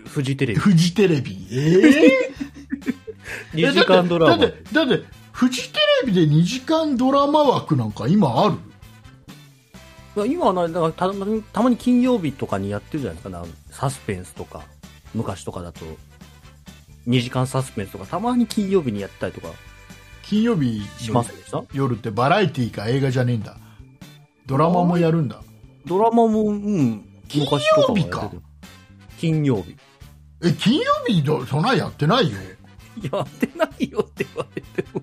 [SPEAKER 3] フジテレビ。
[SPEAKER 2] フジテレビ。ええ
[SPEAKER 3] 2時間ドラ
[SPEAKER 2] だ
[SPEAKER 3] マ
[SPEAKER 2] っ。て、だって、だってフジテレビで2時間ドラマ枠なんか今ある
[SPEAKER 3] まあ今はなだからたまにたまに金曜日とかにやってるじゃないですか、ねあの、サスペンスとか、昔とかだと、2時間サスペンスとか、たまに金曜日にやったりとか
[SPEAKER 2] 金曜日
[SPEAKER 3] しま
[SPEAKER 2] の
[SPEAKER 3] せんでした
[SPEAKER 2] 夜ってバラエティーか映画じゃねえんだ。ドラマもやるんだ。
[SPEAKER 3] ドラマも、うん、
[SPEAKER 2] 金曜
[SPEAKER 3] 昔とかも
[SPEAKER 2] 日
[SPEAKER 3] や
[SPEAKER 2] か
[SPEAKER 3] ってる。金曜日。
[SPEAKER 2] え、金曜日のそんなんやってないよ。
[SPEAKER 3] やってないよって言われても。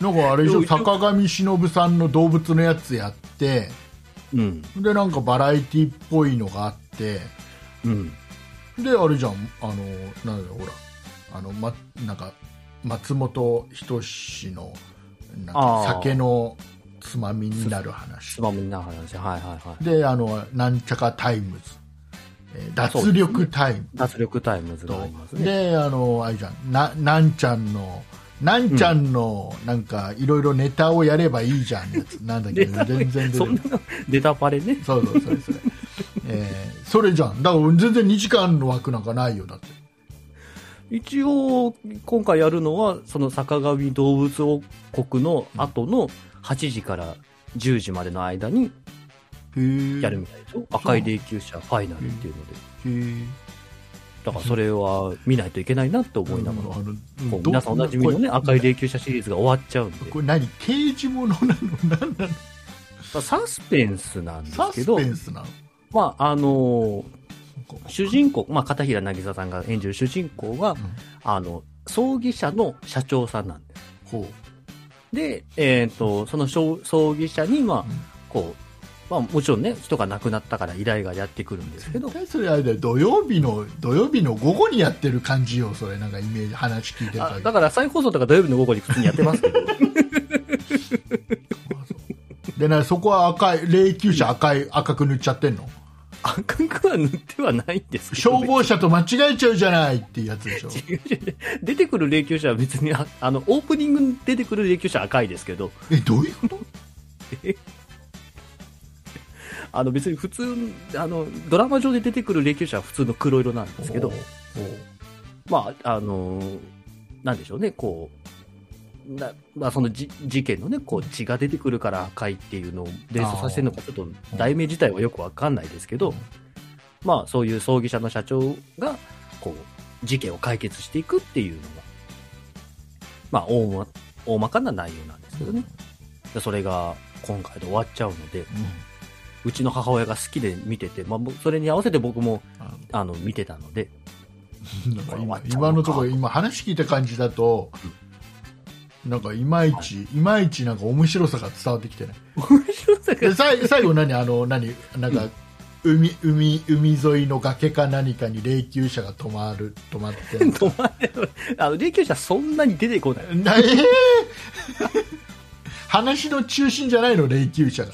[SPEAKER 2] なんかあれでし
[SPEAKER 3] どう
[SPEAKER 2] ょ、
[SPEAKER 3] いう
[SPEAKER 2] 坂上忍さんの動物のやつやって、
[SPEAKER 3] うん。
[SPEAKER 2] で、なんかバラエティっぽいのがあって、
[SPEAKER 3] うん。
[SPEAKER 2] で、あれじゃん、あの、なんだろう、ほら、あの、ま、なんか、松本人志の、なんか
[SPEAKER 3] あー
[SPEAKER 2] 酒のつまみになる話
[SPEAKER 3] つ。まみな話。はいはいはい。
[SPEAKER 2] で、あの、なんちゃかタイムズ、えー脱力タイム
[SPEAKER 3] 脱力タイムズがありま
[SPEAKER 2] と、
[SPEAKER 3] すね。
[SPEAKER 2] で、あの、あれじゃん、な、なんちゃんの、なんちゃんの、なんか、いろいろネタをやればいいじゃん、やつ。なんだ っけ、
[SPEAKER 3] ネタ
[SPEAKER 2] 全然出て
[SPEAKER 3] そ
[SPEAKER 2] こ
[SPEAKER 3] ん
[SPEAKER 2] ない
[SPEAKER 3] なネタパレね。
[SPEAKER 2] そうそう、それそれ。えーそれじゃん。だから俺全然2時間の枠なんかないよ、だって。
[SPEAKER 3] 一応、今回やるのは、その坂上動物王国の後の8時から10時までの間にやるみたいですよ。赤い霊柩車ファイナルっていうので。
[SPEAKER 2] へー
[SPEAKER 3] だからそれは見ないといけないなって思いな
[SPEAKER 2] の
[SPEAKER 3] がら。こう
[SPEAKER 2] ど
[SPEAKER 3] 皆さんおなじみのね、
[SPEAKER 2] これ
[SPEAKER 3] 赤い霊柩車シリーズが終わっちゃうんで。
[SPEAKER 2] これ何刑事ものなの何なの
[SPEAKER 3] まあサスペンスなんです
[SPEAKER 2] サ
[SPEAKER 3] け
[SPEAKER 2] ス
[SPEAKER 3] ど
[SPEAKER 2] ペ、ンスなの
[SPEAKER 3] まあ、あのー
[SPEAKER 2] なんか
[SPEAKER 3] 主人公、まあ、片平渚さんが演じる主人公は、あの、葬儀社の社長さんなんです。
[SPEAKER 2] ほ
[SPEAKER 3] で、えっ、と、その葬葬儀社に、ま
[SPEAKER 2] うん
[SPEAKER 3] あ、こう、まあ、もちろんね、人が亡くなったから依頼がやってくるんですけ
[SPEAKER 2] う
[SPEAKER 3] ど、
[SPEAKER 2] それあれだよ土曜日の土曜日の午後にやってる感じよそれなんかイメージ話聞いてる
[SPEAKER 3] あ
[SPEAKER 2] 限り
[SPEAKER 3] だから再放送とか土曜日の午後に普通にやっ てますけど、
[SPEAKER 2] でなそこは赤い霊柩車赤い赤く塗っちゃってんの
[SPEAKER 3] 赤くは塗ってはないんですけど、
[SPEAKER 2] 消防車と間違えちゃうじゃないっていうやつで しょ
[SPEAKER 3] 出てくる霊柩車は別に、あ あの、オープニングに出てくる霊柩車は赤いですけど、
[SPEAKER 2] えどういうこと
[SPEAKER 3] あの別に普通、あの、ドラマ上で出てくる霊柩車は普通の黒色なんですけど
[SPEAKER 2] ほ、うほう
[SPEAKER 3] まあ、あのーなんでしょうね、こう、なまあ、そのじ事件のね、こう血が出てくるから赤いっていうのを連想させるのか、ちょっと題名自体はよくわかんないですけど、
[SPEAKER 2] うん
[SPEAKER 3] まあ、そういう葬儀社の社長が、こう、事件を解決していくっていうのが、まあ、大ま大まかな内容なんですけどね。でそれが今回で終わっちゃうので、
[SPEAKER 2] うん
[SPEAKER 3] うちの母親が好きで見てて、まあ、僕それに合わせて僕も、
[SPEAKER 2] あ
[SPEAKER 3] あの、見て たので、
[SPEAKER 2] なんか今今のところ今話聞いた感じだとなんかいまいちいまいちなんか面白さが伝わってきてない
[SPEAKER 3] 面白さが
[SPEAKER 2] でさい最後何あの何なんか海海海沿いの崖か何かに霊柩車が止まる止まってんの
[SPEAKER 3] 止まればあの霊柩車そんなに出てこない。
[SPEAKER 2] なえー話の中心じゃないの霊柩車が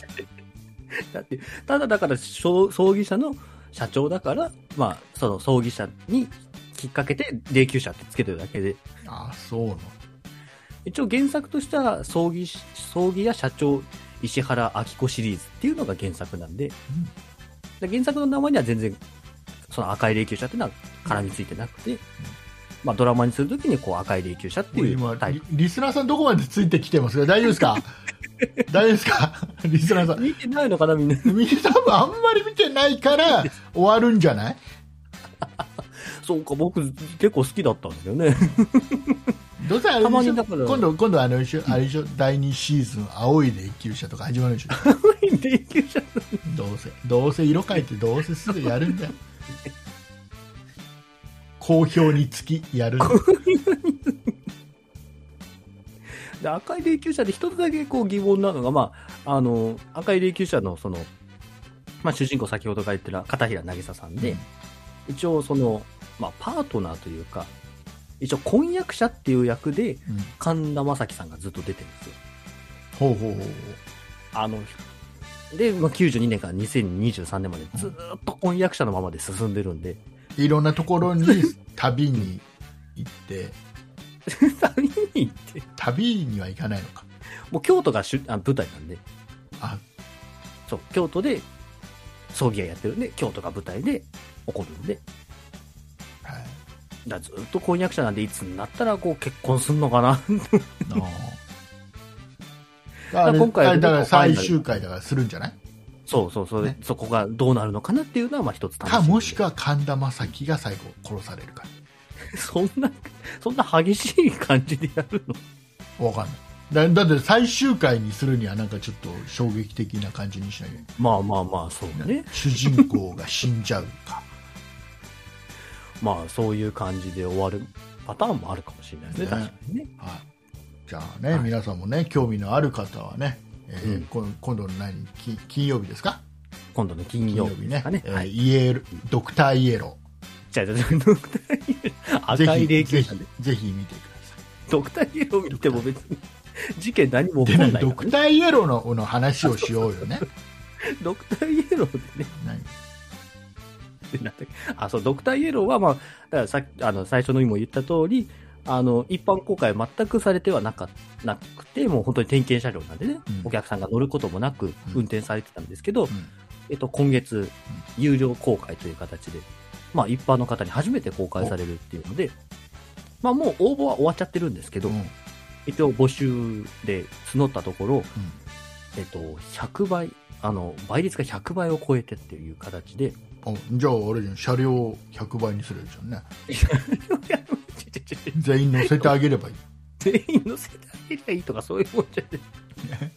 [SPEAKER 3] だって、ただだから、葬葬儀社の社長だから、まあ、その葬儀社にきっかけで霊柩車ってつけてるだけで、
[SPEAKER 2] あそうなの
[SPEAKER 3] 一応原作としては葬儀し、葬儀や社長石原明子シリーズっていうのが原作なんで、で原作の名前には全然、その赤い霊柩車っていうのは絡みついてなくて、まあ、ドラマにするときにこう赤い霊柩車って
[SPEAKER 2] これ
[SPEAKER 3] い
[SPEAKER 2] 今
[SPEAKER 3] うタイ
[SPEAKER 2] リ
[SPEAKER 3] プ。
[SPEAKER 2] リスナーさんどこまでついてきてますか大丈夫 ですか大丈夫ですかリスナーさん
[SPEAKER 3] 見てないのかな、みんな。
[SPEAKER 2] みんな多分あんまり見てないから終わるんじゃない
[SPEAKER 3] そうか、僕結構好きだったんですよね。
[SPEAKER 2] どうせあれ
[SPEAKER 3] たま
[SPEAKER 2] でし
[SPEAKER 3] に
[SPEAKER 2] ょ
[SPEAKER 3] だから
[SPEAKER 2] 今度今度あれでしょあれでしょ第2シーズン青い霊柩車とか始まるで しょ
[SPEAKER 3] 霊柩車
[SPEAKER 2] どうせどうせ色変えてどうせすぐやるんだよ好評につきやるんだよ
[SPEAKER 3] で赤い霊柩車で一つだけこう疑問なのが、まあ、あの赤い霊柩車のその、まあ、主人公先ほどから言ってた片平渚さんで、一応その、まあ、パートナーというか一応婚約者っていう役で
[SPEAKER 2] うん
[SPEAKER 3] 神田正輝さんがずっと出てるんですよ
[SPEAKER 2] ほうほうほうほう
[SPEAKER 3] あの、で、まあ、92年から2023年までずーっと婚約者のままで進んでる んで、
[SPEAKER 2] いろんなところに旅に行って
[SPEAKER 3] 旅に行って、
[SPEAKER 2] 旅には行かないのか
[SPEAKER 3] もう京都が主あ舞台なんで、
[SPEAKER 2] あ
[SPEAKER 3] そう、京都で葬儀屋やってるんで、京都が舞台で起こるんで、
[SPEAKER 2] はい
[SPEAKER 3] だからずっと婚約者なんで、いつになったらこう結婚すんの かな
[SPEAKER 2] ああれ
[SPEAKER 3] 今回は
[SPEAKER 2] あれだから
[SPEAKER 3] 結構ファイナ
[SPEAKER 2] 最
[SPEAKER 3] ル
[SPEAKER 2] 終回だからするんじゃない
[SPEAKER 3] そうそうそう、
[SPEAKER 2] ね
[SPEAKER 3] そこがどうなるのかなっていうのは、まあ一つ楽しみ
[SPEAKER 2] か
[SPEAKER 3] で
[SPEAKER 2] もしくは神田正輝が最後殺されるか
[SPEAKER 3] そんな、 そんな激しい感じでやるの
[SPEAKER 2] わかんないだだって最終回にするにはなんかちょっと衝撃的な感じにしなきゃいけ
[SPEAKER 3] まあまあまあ、そう
[SPEAKER 2] ない
[SPEAKER 3] ね。
[SPEAKER 2] 主人公が死んじゃうか
[SPEAKER 3] まあ、そういう感じで終わるパターンもあるかもしれないで
[SPEAKER 2] ね
[SPEAKER 3] すね、確かにね。
[SPEAKER 2] はいじゃあね、
[SPEAKER 3] はい
[SPEAKER 2] 皆さんもね興味のある方はね、えー
[SPEAKER 3] うん
[SPEAKER 2] こ今度の何き金曜日ですか
[SPEAKER 3] 今度の金
[SPEAKER 2] 金
[SPEAKER 3] 曜
[SPEAKER 2] 曜日
[SPEAKER 3] 日で
[SPEAKER 2] ね
[SPEAKER 3] すかね。
[SPEAKER 2] えー
[SPEAKER 3] はい。
[SPEAKER 2] イエロドクターイエロ
[SPEAKER 3] じゃあ、じゃあじゃあドクターイエロー
[SPEAKER 2] ーぜ
[SPEAKER 3] 赤い
[SPEAKER 2] ひ
[SPEAKER 3] 霊
[SPEAKER 2] ぜ
[SPEAKER 3] 柩車
[SPEAKER 2] ひ
[SPEAKER 3] で。
[SPEAKER 2] ぜひ見てください
[SPEAKER 3] ドクターイエロー見ても別に、事件何も起
[SPEAKER 2] で
[SPEAKER 3] こら
[SPEAKER 2] ね
[SPEAKER 3] ない
[SPEAKER 2] ド
[SPEAKER 3] から
[SPEAKER 2] ク
[SPEAKER 3] ね。
[SPEAKER 2] ターイエローのの話をしようよね。
[SPEAKER 3] ドクターイエローでね、
[SPEAKER 2] 何
[SPEAKER 3] ってなったっけあ、そう、ドクターイエローは、まあ、だからさっき、あの、最初のにも言った通り、あの、一般公開全くされてはなかなくて、もう本当に点検車両なんでね、
[SPEAKER 2] うん
[SPEAKER 3] お客さんが乗ることもなく運転されてたんですけど、
[SPEAKER 2] ん
[SPEAKER 3] えっと、今月、有料公開という形で、まあ、一般の方に初めて公開されるっていうので、まあ、もう応募は終わっちゃってるんですけど、
[SPEAKER 2] うん
[SPEAKER 3] 一応募集で募ったところ、
[SPEAKER 2] うん
[SPEAKER 3] えっと、100倍、あの、倍率が100倍を超えてっていう形で、
[SPEAKER 2] あじゃああれじゃん車両100倍にするじゃんね全員乗せてあげればいい
[SPEAKER 3] 全員乗せてあげりゃいいとかそういうもんじゃない。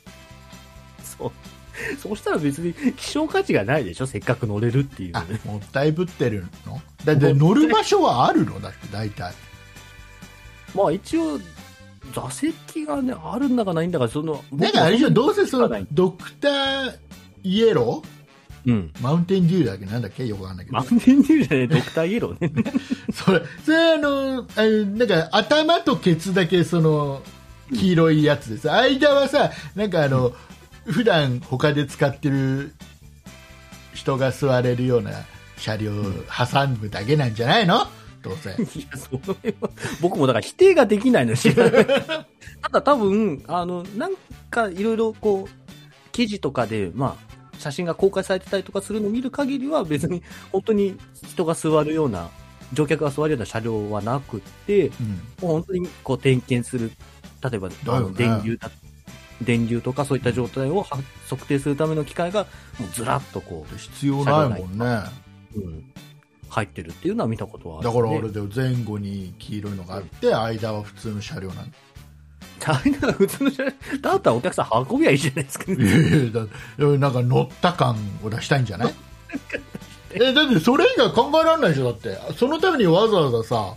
[SPEAKER 3] そう。そうしたら別に希少価値がないでしょせっかく乗れるっていう
[SPEAKER 2] あ
[SPEAKER 3] ね。
[SPEAKER 2] もったいぶってるのだって乗る場所はあるのだって大体
[SPEAKER 3] まあ一応、座席がね、あるんだかないんだか、その、
[SPEAKER 2] なんかあれじゃんどうせそ
[SPEAKER 3] はない
[SPEAKER 2] のドクターイエロ
[SPEAKER 3] うん。
[SPEAKER 2] ーマウンテンデューだっけなんだっけよくわかんないけど、
[SPEAKER 3] マウンテンデューじゃない、ドクターイエローね。
[SPEAKER 2] それそれあのあれなんか頭とケツだけその黄色いやつです間はさなんかあの、普段他で使ってる人が座れるような車両を挟むだけなんじゃないのどう せ
[SPEAKER 3] いや、その辺は、 僕もだから否定がで きないの知らない。ただ多分、あの、なんかいろいろこう、記事とかで、まあ、写真が公開されてたりとかするのを見る限りは別に、本当に人が座るような、乗客が座るような車両はなくって、
[SPEAKER 2] うん
[SPEAKER 3] もう本当にこう点検する、例えば、
[SPEAKER 2] だよね
[SPEAKER 3] 電流だ、電流とかそういった状態をは測定するための機械が、もうずらっとこ
[SPEAKER 2] 必要ないもんね
[SPEAKER 3] う、うん、入ってるっていうのは見たことはある
[SPEAKER 2] だ
[SPEAKER 3] ん
[SPEAKER 2] か
[SPEAKER 3] で
[SPEAKER 2] らあれだよ前後に黄色いのがあって間は普通の車両なんだ
[SPEAKER 3] 大変な普通の車両だったらお客さん運びゃいいじゃないですか、
[SPEAKER 2] いやいやだでもなんか乗った感を出したいんじゃないえだってそれ以外考えられないでしょだってそのためにわざわざさ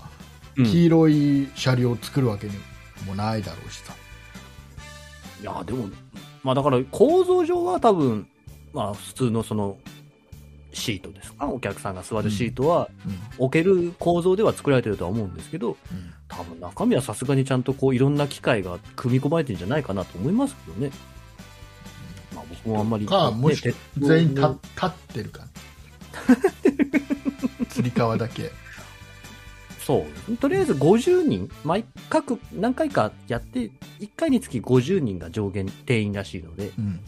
[SPEAKER 3] うんい
[SPEAKER 2] 黄色い車両を作るわけにもないだろうしさ、
[SPEAKER 3] やでもまあだから構造上は多分まあ普通のそのシートですかお客さんが座るシートは
[SPEAKER 2] うん
[SPEAKER 3] 置ける構造では作られてるとは思うんですけど
[SPEAKER 2] うん
[SPEAKER 3] 多分中身はさすがにちゃんとこういろんな機械が組み込まれてるんじゃないかなと思いますけどね、まあ、僕もあんまり、
[SPEAKER 2] かもし
[SPEAKER 3] ね鉄道の
[SPEAKER 2] 全員立立ってる 感じつり革だけ
[SPEAKER 3] そう。とりあえず50人、毎、各、何回かやって、1回につき50人が上限定員らしいので、
[SPEAKER 2] うん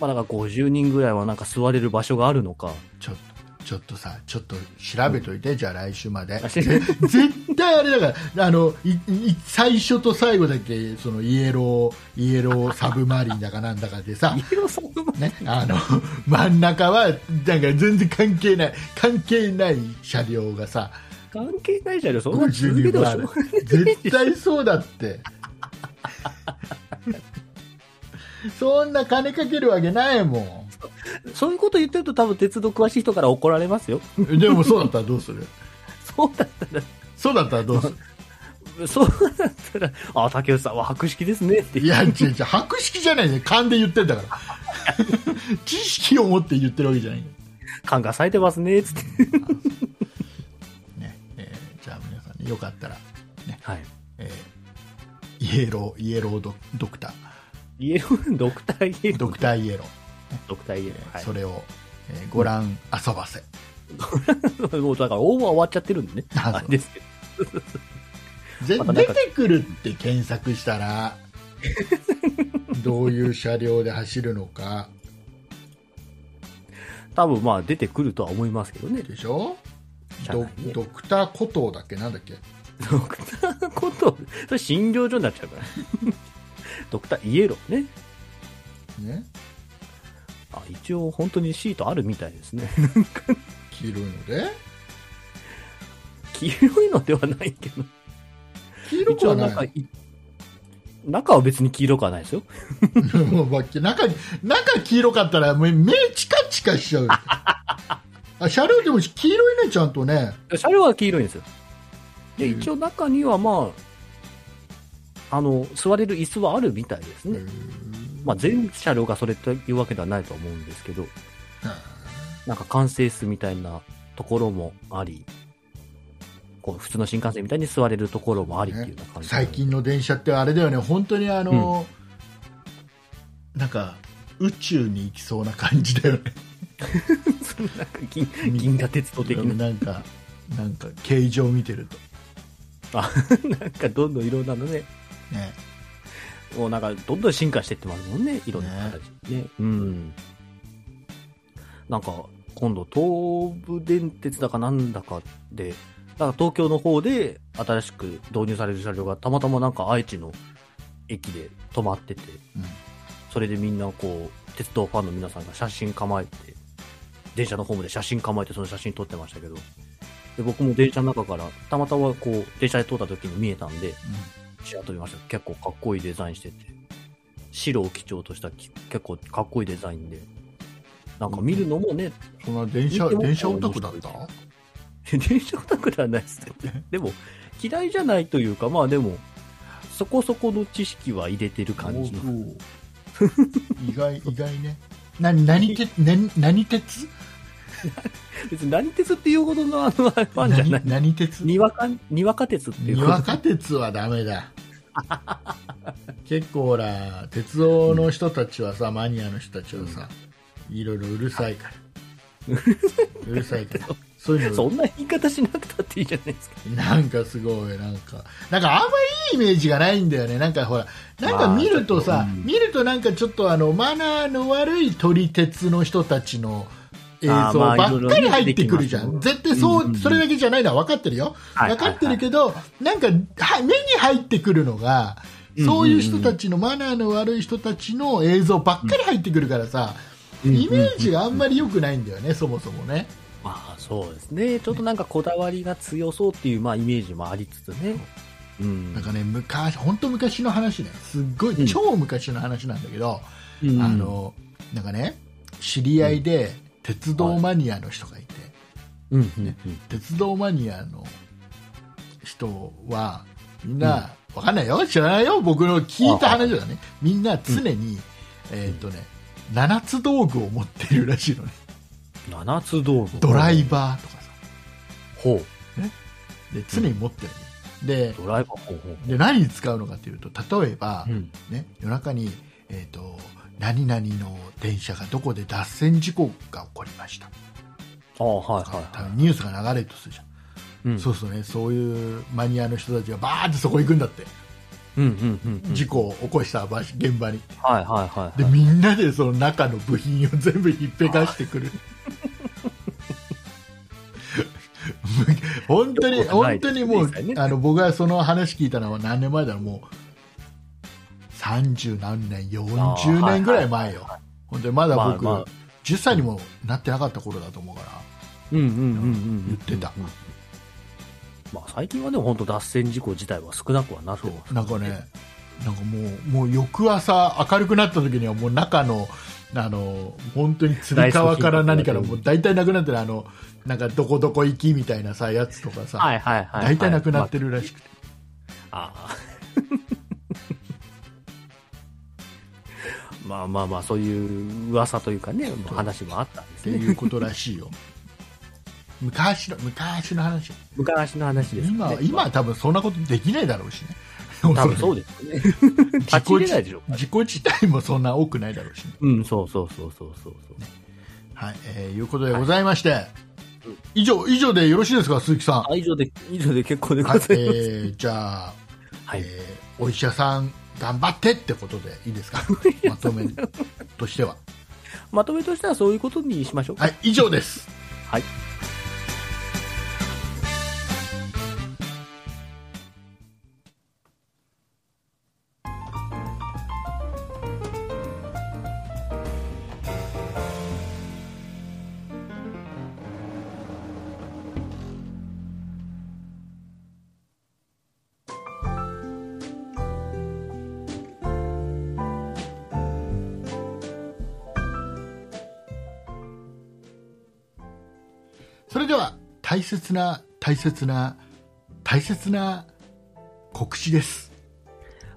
[SPEAKER 3] まあだから50人ぐらいはなんか座れる場所があるのか、
[SPEAKER 2] ちょっとちょっとさちょっと調べといて、じゃあ来週まで
[SPEAKER 3] あし
[SPEAKER 2] 絶対あれだからあのいい最初と最後だけそのイエローイエローサブマリンだかなんだかでさ、
[SPEAKER 3] イエローサブマリン
[SPEAKER 2] ね、あの真ん中はなんか全然関係ない関係ない車両がさ
[SPEAKER 3] 関係ないじゃん、そんなの続け
[SPEAKER 2] 52
[SPEAKER 3] て
[SPEAKER 2] 分
[SPEAKER 3] もし
[SPEAKER 2] あ
[SPEAKER 3] ょう
[SPEAKER 2] る
[SPEAKER 3] がない
[SPEAKER 2] 絶対そうだって そんな金かけるわけないも
[SPEAKER 3] そういうこと言ってると多分鉄道詳しい人から怒られますよ。
[SPEAKER 2] んでもそうだったらどうする
[SPEAKER 3] そうだった
[SPEAKER 2] そうだったらどうする
[SPEAKER 3] ら、そうだったら、あ、竹内さんは博識ですねって
[SPEAKER 2] い。や、違う違う、博識じゃないね。勘で言ってんだから。 知識を持って言ってるわけじゃない。
[SPEAKER 3] 感が咲いてますね、つって。
[SPEAKER 2] ね、えーじゃあ皆さんね、よかったら、
[SPEAKER 3] はい。
[SPEAKER 2] えーイエロー、イエロードドクター、
[SPEAKER 3] イエロー、ドクターイエロー。
[SPEAKER 2] ドクターイエロー、
[SPEAKER 3] ドクターイエロー。はい
[SPEAKER 2] それを、えーご覧遊ばせ、
[SPEAKER 3] もうだから応募は終わっちゃってるんでね。
[SPEAKER 2] あそう
[SPEAKER 3] あれですけど。
[SPEAKER 2] ぜ
[SPEAKER 3] またな
[SPEAKER 2] 出
[SPEAKER 3] んか
[SPEAKER 2] てくるって検索した らどういう車両で走るのか
[SPEAKER 3] 多分まあ出てくるとは思いますけど ね。
[SPEAKER 2] でしょ
[SPEAKER 3] 車
[SPEAKER 2] ド
[SPEAKER 3] 内ね
[SPEAKER 2] ドクターコトーだっけなんだっけ
[SPEAKER 3] ドクターこと、それ診療所になっちゃう から。ドクターイエローね。
[SPEAKER 2] ね
[SPEAKER 3] あ、一応本当にシートあるみたいですね。
[SPEAKER 2] 黄色いので
[SPEAKER 3] 黄色いのではないけど。
[SPEAKER 2] 黄色く
[SPEAKER 3] 一
[SPEAKER 2] は
[SPEAKER 3] 応
[SPEAKER 2] な
[SPEAKER 3] ないんかい、中は別に黄色くはないですよ。
[SPEAKER 2] もうまあ中に中黄色かったらもう目チカチカし ちゃうあ車両でも黄色いねちゃんとね
[SPEAKER 3] 車両は黄色いんですよ。で、
[SPEAKER 2] うん
[SPEAKER 3] 一応中にはまあ、あの、座れる椅子はあるみたいですね。まあ、全車両がそれというわけではないとは思うんですけど、なんか管制室みたいなところもあり、こう普通の新幹線みたいに座れるところもありっていうような感じ、
[SPEAKER 2] 最近の電車ってあれだよね本当にあの、なんか宇宙に行きそうな感じだよね
[SPEAKER 3] その なんか銀銀河鉄道的な、
[SPEAKER 2] なんかなんか形状見てると
[SPEAKER 3] あなんかどんどんいろんなのね、
[SPEAKER 2] ね
[SPEAKER 3] もうなんかどんどん進化してってますもんね、いろんな形ね。うん。なんか今度東武電鉄だかなんだかで、なんか東京の方で新しく導入される車両がたまたまなんか愛知の駅で止まってて、
[SPEAKER 2] うん
[SPEAKER 3] それでみんなこう、鉄道ファンの皆さんが写真構えて、電車のホームで写真構えてその写真撮ってましたけど、で僕も電車の中から、たまたまこう、電車で通った時に見えたんで、シアトル見ましたけど結構かっこいいデザインしてて、白を基調としたき結構かっこいいデザインで、なんか見るのもね、
[SPEAKER 2] そんな電車
[SPEAKER 3] 見ても
[SPEAKER 2] 電車オタクだった
[SPEAKER 3] 面電車オタクではないですけど ね。でも、嫌いじゃないというか、まあでも、そこそこの知識は入れてる感じの。
[SPEAKER 2] おー意外意外ねな何鉄何何鉄
[SPEAKER 3] 別に何鉄っていうほどのあの、あれファンじゃない
[SPEAKER 2] 何。何鉄
[SPEAKER 3] にわか、にわか鉄ってい
[SPEAKER 2] に
[SPEAKER 3] うこと
[SPEAKER 2] わか鉄はダメ だ結構ほら鉄道の人たちはさ、マニアの人たちはさ、いろいろうるさいから うるさいからそういう
[SPEAKER 3] そ
[SPEAKER 2] の
[SPEAKER 3] んな言い方しなくたっていいじゃないですか。
[SPEAKER 2] なんかすごいなんかなんかあんまいいイメージがないんだよねなんかほらなんか
[SPEAKER 3] まあ
[SPEAKER 2] 見るとさ、
[SPEAKER 3] ちょっとうん
[SPEAKER 2] 見るとなんかちょっとあのマナーの悪い撮り鉄の人たちの映像
[SPEAKER 3] あーまあ
[SPEAKER 2] ばっかり入ってくるじゃ
[SPEAKER 3] いろい
[SPEAKER 2] ん
[SPEAKER 3] ろ
[SPEAKER 2] 絶対そう、
[SPEAKER 3] うんうんうん
[SPEAKER 2] それだけじゃないのは分かってるよ、分かってるけど、なんかは目に入ってくるのが、
[SPEAKER 3] うん
[SPEAKER 2] そういう人たちのマナーの悪い人たちの映像ばっかり入ってくるからさ、イメージがあんまり良くないんだよね、そもそもね。
[SPEAKER 3] まあそうですね。ちょっとなんかこだわりが強そうっていう、まあイメージもありつつね。うん
[SPEAKER 2] なん。かね、昔、本当昔の話ね、すっご
[SPEAKER 3] う
[SPEAKER 2] い
[SPEAKER 3] ん
[SPEAKER 2] 超昔の話なんだけど、
[SPEAKER 3] うん
[SPEAKER 2] あ、の、なんかね、知り合いで鉄道マニアの人がいて、
[SPEAKER 3] うんうん
[SPEAKER 2] 鉄道マニアの人はみんな、わかんないよ知らないよ僕の聞いた話だねみんな常に、えーっとね7つ道具を持ってるらしいのね
[SPEAKER 3] うん。七つ道具。
[SPEAKER 2] ドライバーとかさ
[SPEAKER 3] ほう。
[SPEAKER 2] で常に持ってる、で
[SPEAKER 3] ドライバーほうほう。
[SPEAKER 2] で何に使うのかというと例えば、
[SPEAKER 3] うん。
[SPEAKER 2] ね、夜中に、えーっと何々の電車がどこで脱線事故が起こりました
[SPEAKER 3] ああ、はい
[SPEAKER 2] とか
[SPEAKER 3] はい
[SPEAKER 2] 多
[SPEAKER 3] は
[SPEAKER 2] 分ニュースが流れるとするじゃん、
[SPEAKER 3] い。うん
[SPEAKER 2] そうするとねそういうマニアの人たちがバーってそこ行くんだって
[SPEAKER 3] うんうんうん。
[SPEAKER 2] 事故を起こした場所現場に
[SPEAKER 3] はいはいはい
[SPEAKER 2] で
[SPEAKER 3] はい。
[SPEAKER 2] みんなでその中の部品を全部ひっぺがしてく る本当に
[SPEAKER 3] よくな
[SPEAKER 2] 本
[SPEAKER 3] いで
[SPEAKER 2] 当
[SPEAKER 3] す
[SPEAKER 2] に
[SPEAKER 3] ね
[SPEAKER 2] もう、
[SPEAKER 3] 実際ね
[SPEAKER 2] あの僕がその話聞いたのは何年前だろうもう30何年
[SPEAKER 3] あー
[SPEAKER 2] 40
[SPEAKER 3] はい
[SPEAKER 2] 年ぐらい前よ、本当にまだ僕、
[SPEAKER 3] まあまあ
[SPEAKER 2] 10歳にもなってなかった頃だと思うから
[SPEAKER 3] うんうんうんうん。
[SPEAKER 2] 言ってた。
[SPEAKER 3] まあ最近はでも本当脱線事故自体は少なくはなってます。
[SPEAKER 2] なんかね、なんかもう、もう翌朝明るくなった時にはもう中の、あの、本当につり革から何からもう大体なくなってる、あの、なんかどこどこ行きみたいなさ、やつとかさ、
[SPEAKER 3] はいはいはい。
[SPEAKER 2] 大体なくなってるらしくて。
[SPEAKER 3] ああ。 まあまあまあ、そういう噂というかね、
[SPEAKER 2] そう
[SPEAKER 3] 話もあったんです
[SPEAKER 2] って
[SPEAKER 3] ね。
[SPEAKER 2] いうことらしいよ。昔の、昔の話。
[SPEAKER 3] 昔の話です
[SPEAKER 2] 今
[SPEAKER 3] ね
[SPEAKER 2] は、。今は多分そんなことできないだろうしね。
[SPEAKER 3] 多 分そうですよね。立ち入れないでしょ。
[SPEAKER 2] 事故自体もそんな多くないだろうしね、
[SPEAKER 3] うん、そうそうそうそうそうそう。
[SPEAKER 2] はい、えー、いうことでございまして、以上、以上でよろしいですか、鈴木さん。
[SPEAKER 3] あ、以上で、以上で結構でござ
[SPEAKER 2] はいい
[SPEAKER 3] ます。、
[SPEAKER 2] え
[SPEAKER 3] はい。
[SPEAKER 2] ー、じゃあ、えーお医者さん頑張ってってことでいい ですか、まとめとしては。
[SPEAKER 3] まとめとしてはそういうことにしましょう。
[SPEAKER 2] はい、以上です。
[SPEAKER 3] はい。
[SPEAKER 2] それでは、大切な、大切な、大切な告知です。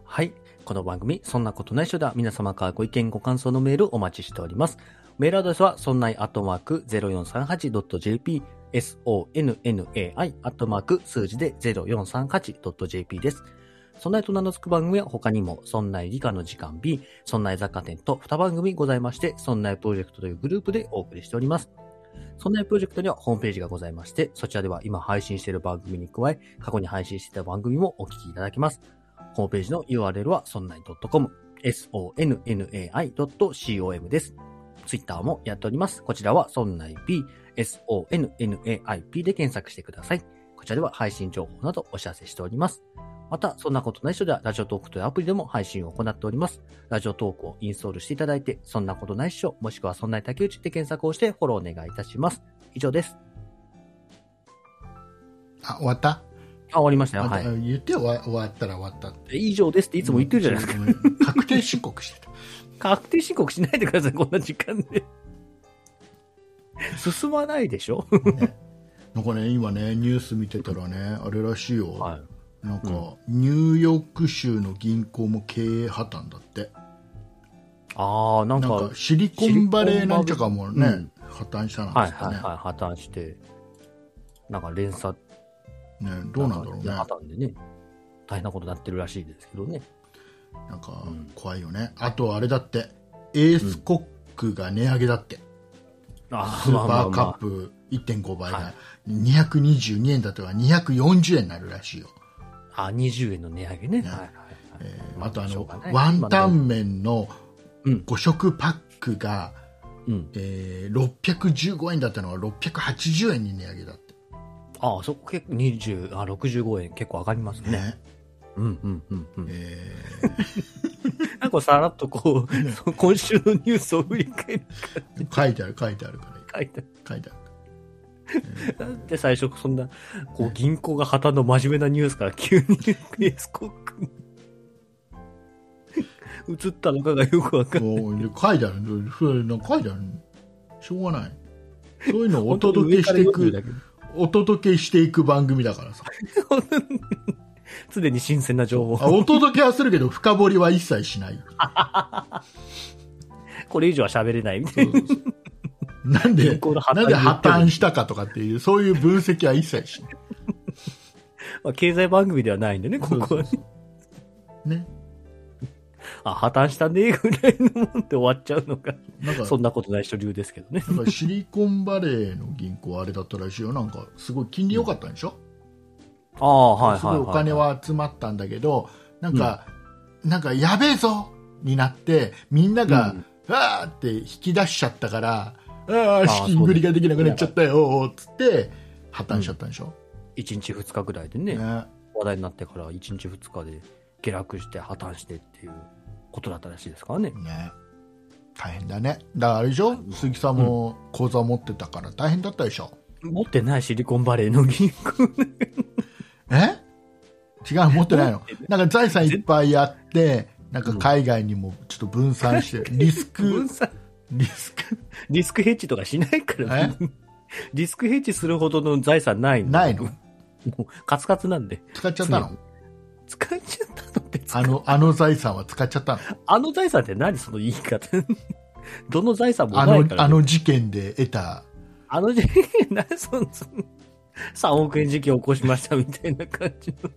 [SPEAKER 3] はい。この番組、そんなことない人では皆様からご意見、ご感想のメールをお待ちしております。メールアドレスは、そんないアットマーク 0438.jp、sonnai アットマーク数字で 0438.jp です。そんないと名の付く番組は他にも、そんない理科の時間 B、そんない雑貨店と2番組ございまして、そんないプロジェクトというグループでお送りしております。そんないプロジェクトにはホームページがございまして、そちらでは今配信している番組に加え、過去に配信していた番組もお聞きいただけます。ホームページの URL は sonnai.com、sonnai.com です。ツイッターもやっております。こちらは sonnaip、sonnaip で検索してください。こちらでは配信情報などお知らせしております。また、そんなことない人ではラジオトークというアプリでも配信を行っております。ラジオトークをインストールしていただいて、そんなことないっしょ、もしくはそんない竹内って検索をしてフォローお願いいたします。以上です。
[SPEAKER 2] あ、終わった、
[SPEAKER 3] あ、終わりましたよ。は
[SPEAKER 2] あ
[SPEAKER 3] い。
[SPEAKER 2] 言って終わ終わったら終わった。
[SPEAKER 3] え以上ですっていつも言ってるじゃないですか。
[SPEAKER 2] すか。確定申告してた。
[SPEAKER 3] 確定申告しないでください、こんな時間で。進まないでしょ、
[SPEAKER 2] なんかね、今ね、ニュース見てたらね、あれらしいよ。
[SPEAKER 3] はい、
[SPEAKER 2] なんか、ニューヨーク州の銀行も経営破綻だって。
[SPEAKER 3] ああ、なんか、
[SPEAKER 2] な
[SPEAKER 3] は
[SPEAKER 2] ん
[SPEAKER 3] い
[SPEAKER 2] かシリコンバレーなんちゃかもね、
[SPEAKER 3] シリコン
[SPEAKER 2] 破綻したなんで
[SPEAKER 3] はい
[SPEAKER 2] すか
[SPEAKER 3] はい、
[SPEAKER 2] ね,、
[SPEAKER 3] 破綻して、なんか連鎖、
[SPEAKER 2] ねどうなんだろうね
[SPEAKER 3] 破綻でね、大変なことになってるらしいですけどね。
[SPEAKER 2] なんか
[SPEAKER 3] うん
[SPEAKER 2] 怖いよねあとあれだってエースコックが値上げだって、
[SPEAKER 3] あ
[SPEAKER 2] ス
[SPEAKER 3] ーまあ
[SPEAKER 2] ー
[SPEAKER 3] ま
[SPEAKER 2] パ
[SPEAKER 3] あ
[SPEAKER 2] ー
[SPEAKER 3] ま
[SPEAKER 2] カッ
[SPEAKER 3] あ。
[SPEAKER 2] プ1.5倍
[SPEAKER 3] は
[SPEAKER 2] が222円だとか240円になるらしいよ、
[SPEAKER 3] あ、20円の値上げね。はいはいはい
[SPEAKER 2] えーあとあ
[SPEAKER 3] しょ
[SPEAKER 2] の
[SPEAKER 3] うがない
[SPEAKER 2] ワンタン麺の
[SPEAKER 3] うん
[SPEAKER 2] 5食パックが、
[SPEAKER 3] うん。
[SPEAKER 2] えー615円だったのが680円に値上げだって
[SPEAKER 3] ああ、そこ結構20、あ、65円結構上がりますね。
[SPEAKER 2] ね
[SPEAKER 3] うんうんうんうん。
[SPEAKER 2] え
[SPEAKER 3] なんかさらっとこう、 そう今週のニュースを振り返る
[SPEAKER 2] ー書いてある書いてあるから
[SPEAKER 3] 書いてある
[SPEAKER 2] 書いてある
[SPEAKER 3] なんで最初そんな、こう、銀行が破綻の真面目なニュースから急にエスコックに 移ったのかがよくわかんない。
[SPEAKER 2] もう書いてあるそれなんか書いてあるしょうがないそういうのをお届けしてい
[SPEAKER 3] 本当に上から
[SPEAKER 2] く
[SPEAKER 3] 読んでる
[SPEAKER 2] お届けしていく番組だからさ
[SPEAKER 3] だけ。 常に新鮮な情
[SPEAKER 2] あ
[SPEAKER 3] 報。
[SPEAKER 2] お届けはするけど深掘りは一切しない
[SPEAKER 3] これ以上は喋れないみたい
[SPEAKER 2] そうそうそうなんで
[SPEAKER 3] 銀行の破綻
[SPEAKER 2] なんで破綻したかとかっていうそういう分析は一切しない
[SPEAKER 3] な。まあ、経済番組ではないん でね、ここはね。
[SPEAKER 2] ね
[SPEAKER 3] あ、破綻したね、ぐらいのもんで終わっちゃうのが。
[SPEAKER 2] なんか
[SPEAKER 3] そんなことない人流ですけどね。
[SPEAKER 2] なんかシリコンバレーの銀行あれだったらしいよなんかすごい金利良かったんでしょ、
[SPEAKER 3] ああ、はい
[SPEAKER 2] す
[SPEAKER 3] は
[SPEAKER 2] ご
[SPEAKER 3] い
[SPEAKER 2] い
[SPEAKER 3] はい。
[SPEAKER 2] お金。は集まったんだけど、なんか、なんかやべえぞになって、みんなが、
[SPEAKER 3] うん
[SPEAKER 2] わーって引き出しちゃったから、ああ、
[SPEAKER 3] ー
[SPEAKER 2] 資金繰りができなくなっちゃったよ、つって、破綻しちゃったんでしょ、
[SPEAKER 3] 1日2日ぐらいでね。
[SPEAKER 2] ね
[SPEAKER 3] 話題になってから1日2日で下落して破綻してっていうことだったらしいですからね。
[SPEAKER 2] ね大変だね。だからあれでしょ鈴木さんも口座持ってたから大変だったでしょ、
[SPEAKER 3] 持ってないシリコンバレーの銀行ね。
[SPEAKER 2] え違う、持ってないの。なんか財産いっぱいあって、なんか海外にもちょっと分散して、リスク
[SPEAKER 3] 分、散、
[SPEAKER 2] リスク、
[SPEAKER 3] リスクヘッジとかしないから、ね、 リスクヘッジするほどの財産ないの。
[SPEAKER 2] ないの
[SPEAKER 3] もうカツカツなんで。
[SPEAKER 2] 使っちゃったの
[SPEAKER 3] 使っちゃったのって、
[SPEAKER 2] あの、あの財産は使っちゃったの。
[SPEAKER 3] あの財産って何その言い方。 どの財産も
[SPEAKER 2] あ
[SPEAKER 3] ない
[SPEAKER 2] の
[SPEAKER 3] か、ら、
[SPEAKER 2] あ
[SPEAKER 3] ね。
[SPEAKER 2] の事件で得た。
[SPEAKER 3] あの、あの、何その、3億円事件起こしましたみたいな感じの。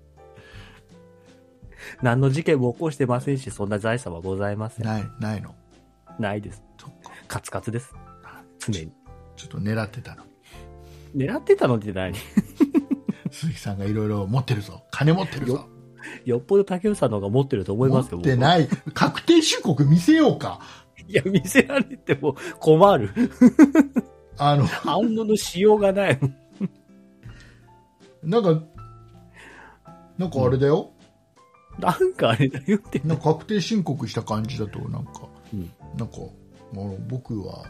[SPEAKER 3] 何の事件も起こしてませんし、そんな財産はございません。
[SPEAKER 2] ない、ないの。
[SPEAKER 3] ないです。
[SPEAKER 2] そっか。
[SPEAKER 3] カツカツです。常に。
[SPEAKER 2] ちょっと狙ってたの。
[SPEAKER 3] 狙ってたのって何
[SPEAKER 2] 鈴木さんがいろいろ持ってるぞ。金持ってるぞ
[SPEAKER 3] よ。よっぽど竹内さんの方が持ってると思い
[SPEAKER 2] 持
[SPEAKER 3] ま
[SPEAKER 2] っ
[SPEAKER 3] すよ、
[SPEAKER 2] てない。確定申告見せようか。
[SPEAKER 3] 僕いや、見せられても困る。
[SPEAKER 2] あの、
[SPEAKER 3] 反応のしようがない。
[SPEAKER 2] なんか、なんかあれだよ。
[SPEAKER 3] なんかあれだよって。
[SPEAKER 2] なんか確定申告した感じだと、なんか、
[SPEAKER 3] うん
[SPEAKER 2] なんか、あの僕は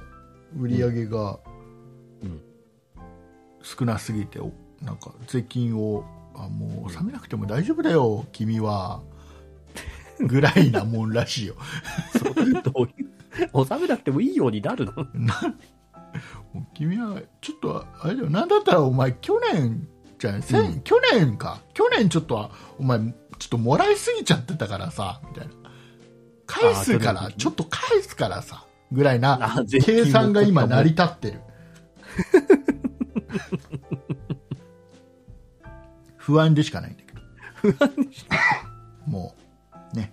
[SPEAKER 2] 売り上げが
[SPEAKER 3] うん
[SPEAKER 2] 少なすぎて、おなんか税金を、あもう納めなくても大丈夫だよ、君は。ぐらいなもんらしいよ。
[SPEAKER 3] どういう、収めなくてもいいようになるの
[SPEAKER 2] もう君は、ちょっと、あれだよ、なんだったらお前、去年、じゃない、せん
[SPEAKER 3] うん
[SPEAKER 2] 去年か。去年ちょっとは、お前、ちょっともらいすぎちゃってたからさ、みたいな。返すか
[SPEAKER 3] あー去年の
[SPEAKER 2] ら、
[SPEAKER 3] 時
[SPEAKER 2] ちょっと返すからさ、ぐらいな
[SPEAKER 3] あ税、金
[SPEAKER 2] 計算が今
[SPEAKER 3] も取ったもん
[SPEAKER 2] 成り立って る。不安でしかないんだけど。もう、ね。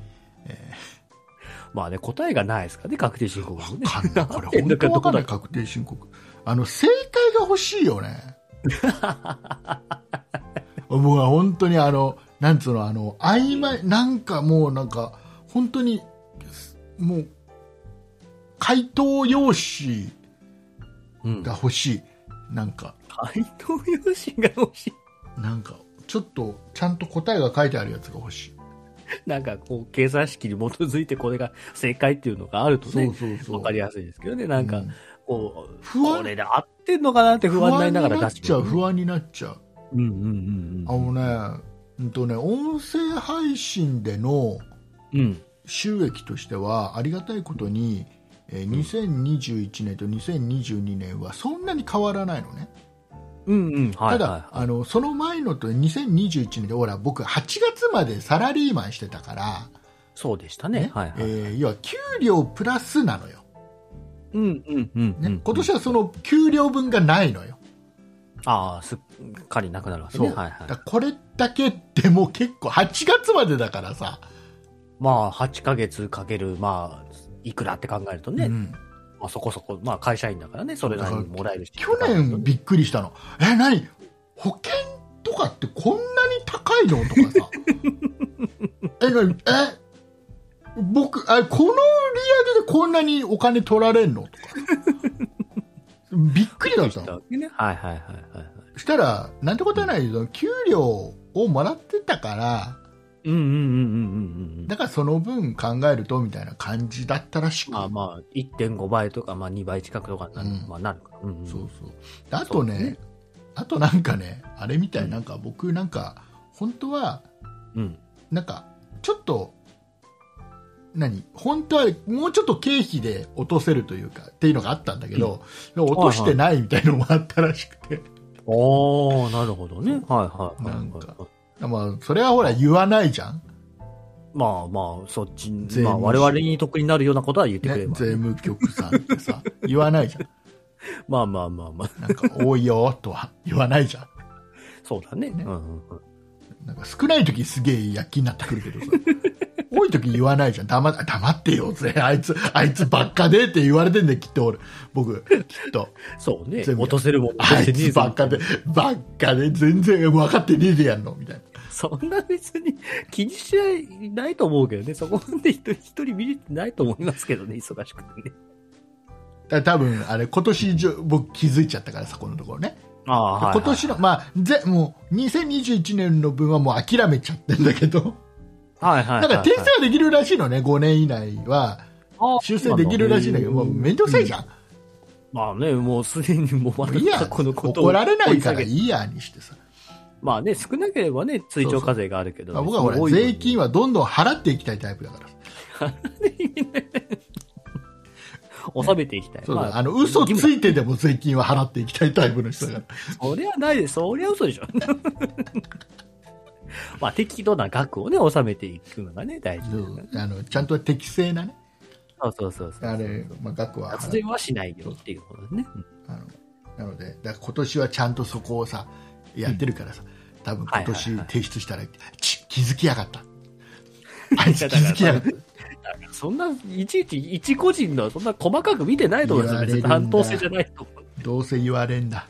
[SPEAKER 3] まあね、答えがないですからね、確定申告
[SPEAKER 2] わ
[SPEAKER 3] もね。
[SPEAKER 2] かんない。これ
[SPEAKER 3] なん
[SPEAKER 2] 本
[SPEAKER 3] か
[SPEAKER 2] 当わかんない。
[SPEAKER 3] ど
[SPEAKER 2] 確定申告。あの、正解が欲しいよ ね。僕は本当にあの、なんつうの、あの、曖昧、なんかもうなんか、本当に、もう、回答用紙
[SPEAKER 3] うん。
[SPEAKER 2] が欲しい。なんか、
[SPEAKER 3] 回答用紙が欲しい。
[SPEAKER 2] なんか、ちょっと、ちゃんと答えが書いてあるやつが欲しい。
[SPEAKER 3] なんかこう、計算式に基づいてこれが正解っていうのがあると
[SPEAKER 2] そう
[SPEAKER 3] ね、
[SPEAKER 2] そうそう。
[SPEAKER 3] わかりやすいですけどね、なんか、
[SPEAKER 2] うん
[SPEAKER 3] こう、
[SPEAKER 2] 不安
[SPEAKER 3] これで合ってんのかなって不安になりながら
[SPEAKER 2] 不安にな
[SPEAKER 3] 出
[SPEAKER 2] っ
[SPEAKER 3] して
[SPEAKER 2] ちゃう、不安になっちゃう。
[SPEAKER 3] うんうんうん
[SPEAKER 2] あのね、うんとね、音声配信での
[SPEAKER 3] うん。うん。
[SPEAKER 2] 収益としては、ありがたいことに、えー2021年と2022年はそんなに変わらないのね。
[SPEAKER 3] うんうん。はい、
[SPEAKER 2] ただ、
[SPEAKER 3] はい。
[SPEAKER 2] あの、その前のと2021年で、ほら、僕8月までサラリーマンしてたから、
[SPEAKER 3] そうでしたね。はい、はい
[SPEAKER 2] えー要は給料プラスなのよ。
[SPEAKER 3] うんうんうんうん、
[SPEAKER 2] ね今年はその給料分がないのよ。
[SPEAKER 3] ああ、すっかりなくなるわけ
[SPEAKER 2] そう。
[SPEAKER 3] ね。はいは
[SPEAKER 2] だから
[SPEAKER 3] い。
[SPEAKER 2] これだけでも結構8月までだからさ、
[SPEAKER 3] まあ、8ヶ月かける、まあ、いくらって考えるとね、
[SPEAKER 2] うん
[SPEAKER 3] まあそこそこ、まあ会社員だからね、それなりにもらえるし。
[SPEAKER 2] 去年びっくりしたの。え、何保険とかってこんなに高いのとか さ。え、何え、僕、え、この売り上げでこんなにお金取られんのとか。 びっくりだったの。
[SPEAKER 3] ね。はいはいはいはいはい。
[SPEAKER 2] したら、なんてことはないよ。給料をもらってたから、
[SPEAKER 3] うんうんうんうんうんうん。
[SPEAKER 2] だからその分考えるとみたいな感じだったらしく。
[SPEAKER 3] まあまあ、1.5倍とか、まあ2倍近くとかになる,、
[SPEAKER 2] うん
[SPEAKER 3] まあ、なるから。うんうん
[SPEAKER 2] そうそう。であとね、
[SPEAKER 3] そうね
[SPEAKER 2] あとなんかね、あれみた
[SPEAKER 3] う
[SPEAKER 2] い、
[SPEAKER 3] ん
[SPEAKER 2] なんか僕なんか、本当は、
[SPEAKER 3] うん。
[SPEAKER 2] なんか、ちょっと、何本当はもうちょっと経費で落とせるというか、っていうのがあったんだけど、落としてないみたいのもあったらしくて。
[SPEAKER 3] ああ、なるほどね。はいはいはい、
[SPEAKER 2] なんか
[SPEAKER 3] はい。
[SPEAKER 2] まあ、それはほら言わないじゃん、
[SPEAKER 3] まあまあ、そっち、
[SPEAKER 2] 税務
[SPEAKER 3] まあ我々に得になるようなことは言ってくれ
[SPEAKER 2] ね、
[SPEAKER 3] ば、
[SPEAKER 2] 税務局さんってさ、言わないじゃん。
[SPEAKER 3] まあまあまあまあ、
[SPEAKER 2] なんか、多いよとは言わないじゃん。
[SPEAKER 3] そうだね。
[SPEAKER 2] ね
[SPEAKER 3] うんうんうん
[SPEAKER 2] なんか少ない時すげえ躍起になってくるけどさ。多い時言わないじゃん。黙っ黙ってよ、ぜ。あいつ、あいつばっかでって言われてんだよ、きっと俺。僕、きっと。
[SPEAKER 3] そうね。
[SPEAKER 2] 全部
[SPEAKER 3] 落とせるもん
[SPEAKER 2] あいつばっかで、ばっかで、全然分かってねえでやんの、みたいな。
[SPEAKER 3] そんな別に気にしないないと思うけどね、そこまで一人一人見れてないと思いますけどね、忙しくてね。
[SPEAKER 2] だ多分あれ今年じょ僕気づいちゃったからさこのところね、
[SPEAKER 3] ああ、はい、
[SPEAKER 2] 今年のまあぜもう2021年の分はもう諦めちゃってんだけど
[SPEAKER 3] はいはい、は。
[SPEAKER 2] ないんか訂正はできるらしいのね5年以内は修正できるらしいんだけどもう面倒くさいじゃん、
[SPEAKER 3] まあね、もうすでにもうま
[SPEAKER 2] もういいや
[SPEAKER 3] だ過去の ことを
[SPEAKER 2] 怒られないから
[SPEAKER 3] 追
[SPEAKER 2] い
[SPEAKER 3] 下げ
[SPEAKER 2] いやにしてさ、
[SPEAKER 3] まあね、少なければね、追徴課税があるけど、
[SPEAKER 2] まあ、僕はほら税金
[SPEAKER 3] は。
[SPEAKER 2] はどんどん払っていきたいタイプだから
[SPEAKER 3] 納めていきたい。
[SPEAKER 2] そう
[SPEAKER 3] ま
[SPEAKER 2] だあの嘘つ
[SPEAKER 3] 義務
[SPEAKER 2] いてでも税金は払っていきたいタイプの人だから
[SPEAKER 3] そりゃないで、そりゃ嘘でしょ。 まあ適度な額をね、納めていくのがね、大事
[SPEAKER 2] そ
[SPEAKER 3] だよね
[SPEAKER 2] うあのちゃんと適正なね
[SPEAKER 3] そうそうそうそう。
[SPEAKER 2] あれ、まあ、額は払
[SPEAKER 3] 脱
[SPEAKER 2] って
[SPEAKER 3] 税はしないよっていうことですね。うん
[SPEAKER 2] あのなのでだから今年はちゃんとそこをさやってるからさ、多分今年
[SPEAKER 3] はいはいはい
[SPEAKER 2] 提 出したら、ち気づきやがった毎月好きな
[SPEAKER 3] だそんな、いちいち、一個人の、そんな細かく見てないと思いますよ。別に
[SPEAKER 2] 言われる
[SPEAKER 3] 担
[SPEAKER 2] んだ
[SPEAKER 3] 当性じゃないと思う。
[SPEAKER 2] どうせ言われんだ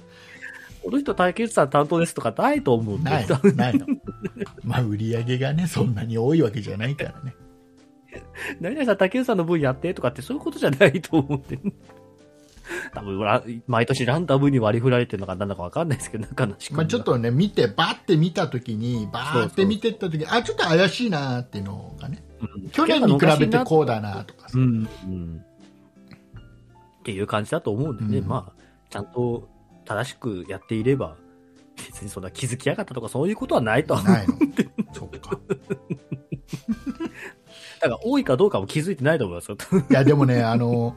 [SPEAKER 3] この人、竹内さん担当ですとかないと思うんで。
[SPEAKER 2] ない ないのまあ売り上げがねそんなに多いわけじゃないからね
[SPEAKER 3] 何々さん、竹内さんの分やってとかって、そういうことじゃないと思って。多分ラ毎年ランダムに割り振られてるのか何だかわかんないですけど、中の仕組み
[SPEAKER 2] ま
[SPEAKER 3] が
[SPEAKER 2] あ、ちょっとね見てバーって見た時にバーって見てった時にあちょっと怪しいなーっていうのがね
[SPEAKER 3] うん
[SPEAKER 2] 去年に比べてこうだなとかさ、
[SPEAKER 3] うん、うん。っていう感じだと思うんでね、
[SPEAKER 2] うん
[SPEAKER 3] まあ、ちゃんと正しくやっていれば、別にそんな気づきやがったとかそういうことはないとは 思う。
[SPEAKER 2] ないのそっか
[SPEAKER 3] だから多いかどうかも気づいてないと思いますよ。
[SPEAKER 2] いやでもねあの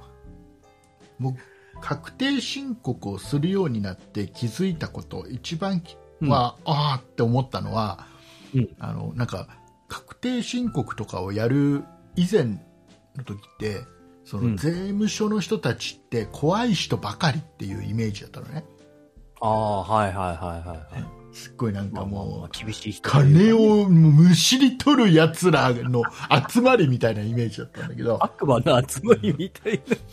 [SPEAKER 2] 僕確定申告をするようになって気づいたこと一番き
[SPEAKER 3] うん
[SPEAKER 2] は、ああって思ったのは、
[SPEAKER 3] うん
[SPEAKER 2] あのなんか確定申告とかをやる以前の時ってそうの
[SPEAKER 3] ん
[SPEAKER 2] 税務署の人たちって怖い人ばかりっていうイメージだったのね
[SPEAKER 3] ああ、はいはいはいはい。
[SPEAKER 2] すっごいなんか
[SPEAKER 3] まあまあま
[SPEAKER 2] も
[SPEAKER 3] あ
[SPEAKER 2] う
[SPEAKER 3] 厳しい人とい
[SPEAKER 2] 金
[SPEAKER 3] うかね。
[SPEAKER 2] をむしり取るやつらの集まりみたいなイメージだったんだけど
[SPEAKER 3] 悪魔の集まりみたいな。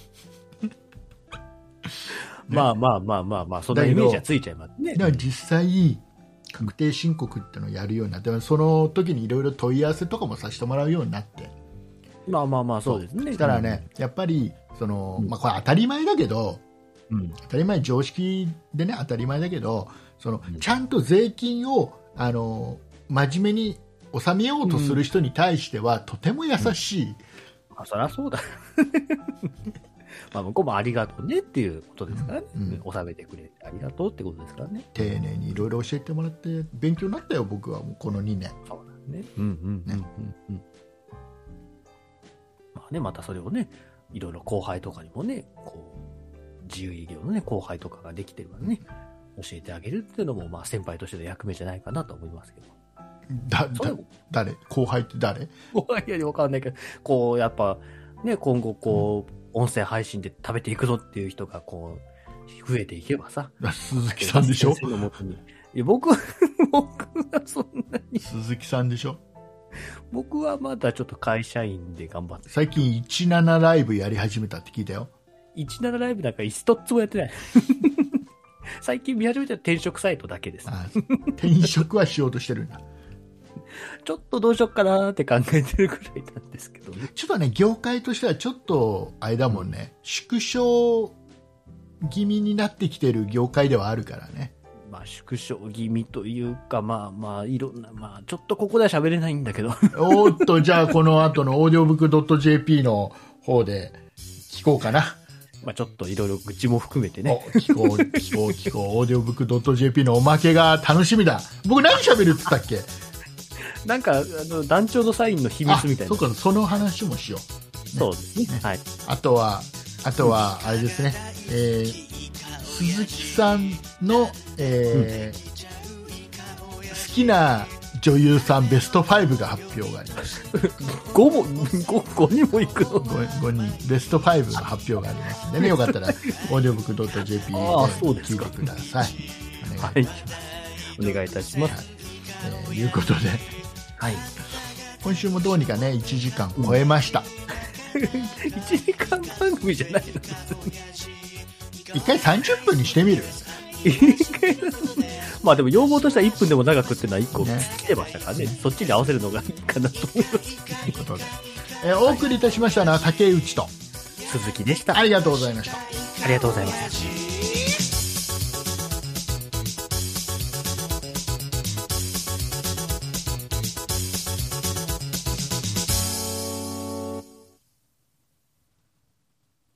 [SPEAKER 3] まあまあまあまあまあ、そんなイメージはついちゃいますね
[SPEAKER 2] だ。から実際確定申告ってのをやるようになってその時にいろいろ問い合わせとかもさせてもらうようになって
[SPEAKER 3] まあまあまあ、そうですね。
[SPEAKER 2] だからね、やっぱりその、
[SPEAKER 3] うん
[SPEAKER 2] まあ、これ当たり前だけど
[SPEAKER 3] うん、
[SPEAKER 2] 当たり前常識でね当たり前だけどその
[SPEAKER 3] うん
[SPEAKER 2] ちゃんと税金をあの真面目に納めようとする人に対しては、とても優しい、
[SPEAKER 3] まあ、そりゃそうだ。 まあ、向こうもありがとうねっていうことですからね。
[SPEAKER 2] う
[SPEAKER 3] うんん納めてくれてありがとうってことですからね。
[SPEAKER 2] 丁寧にいろいろ教えてもらって勉強になったよ僕はもうこの2年
[SPEAKER 3] そうだね。うんうんうんうんうん。まあね、またそれをね、いろいろ後輩とかにもね、こう、自由営業のね、後輩とかができてるからね、教えてあげるっていうのも、まあ先輩としての役目じゃないかなと思いますけど。
[SPEAKER 2] だ
[SPEAKER 3] それ
[SPEAKER 2] だ
[SPEAKER 3] も
[SPEAKER 2] 誰後輩って誰
[SPEAKER 3] 後輩よりわかんないけど、こう、やっぱ、ね、今後こう、音声配信で食べていくぞっていう人がこう、増えていけばさ、
[SPEAKER 2] 鈴木さんでしょ
[SPEAKER 3] 先生の元にいや僕、 僕はそんなに、
[SPEAKER 2] 鈴木さんでしょ
[SPEAKER 3] 僕はまだちょっと会社員で頑張って、
[SPEAKER 2] 最近17ライブやり始めたって聞いたよ
[SPEAKER 3] 17ライブなんか一つもやってない。 最近見始めた転職サイトだけです。
[SPEAKER 2] あ転職はしようとしてるんだ
[SPEAKER 3] ちょっとどうしよっかなーって考えてるくらいなんですけどね。
[SPEAKER 2] ちょっとね業界としてはちょっとあれだもんね縮小気味になってきてる業界ではあるから ね
[SPEAKER 3] まあ縮小気味というか、まあまあいろんな、まあちょっとここでは喋れないんだけど。
[SPEAKER 2] おーっとじゃあこの後のオーディオブックドット JP の方で聞こうかな、
[SPEAKER 3] まあちょっといろいろ愚痴も含めてね。
[SPEAKER 2] お聞こう聞こう聞こうオーディオブックドット JP のおまけが楽しみだ僕何喋るっつったっけ
[SPEAKER 3] なんか、あの、団長のサインの秘
[SPEAKER 2] あ
[SPEAKER 3] 密みたい
[SPEAKER 2] そ
[SPEAKER 3] な。
[SPEAKER 2] うかその話もしよう
[SPEAKER 3] そうですね。はい。
[SPEAKER 2] あとは、あとは、あれですね、えー鈴木さんの、えー好きな女優さんベスト5が発表がありました。
[SPEAKER 3] 5も、5、5にも行くの。
[SPEAKER 2] 5, 人、ベスト5の発表がありますんでね、よかったら、オーディオブックドット JP で
[SPEAKER 3] ああそうです
[SPEAKER 2] 聞い
[SPEAKER 3] か
[SPEAKER 2] てください。お願
[SPEAKER 3] はいい。お願いいたします。
[SPEAKER 2] えーいうことで、
[SPEAKER 3] はい。
[SPEAKER 2] 今週もどうにかね、1時間超えました。
[SPEAKER 3] 1時間番組じゃないの
[SPEAKER 2] 一回30分にしてみる、
[SPEAKER 3] まあでも要望としては1分でも長くっていうのは1個
[SPEAKER 2] ね
[SPEAKER 3] 来てましたからね。そっちに合わせるのがいいかなと思います。
[SPEAKER 2] ということで、えーお送りいたしましたのは竹内と、
[SPEAKER 3] 鈴木でした。
[SPEAKER 2] ありがとうございました。
[SPEAKER 3] ありがとうございま
[SPEAKER 1] 「
[SPEAKER 3] す。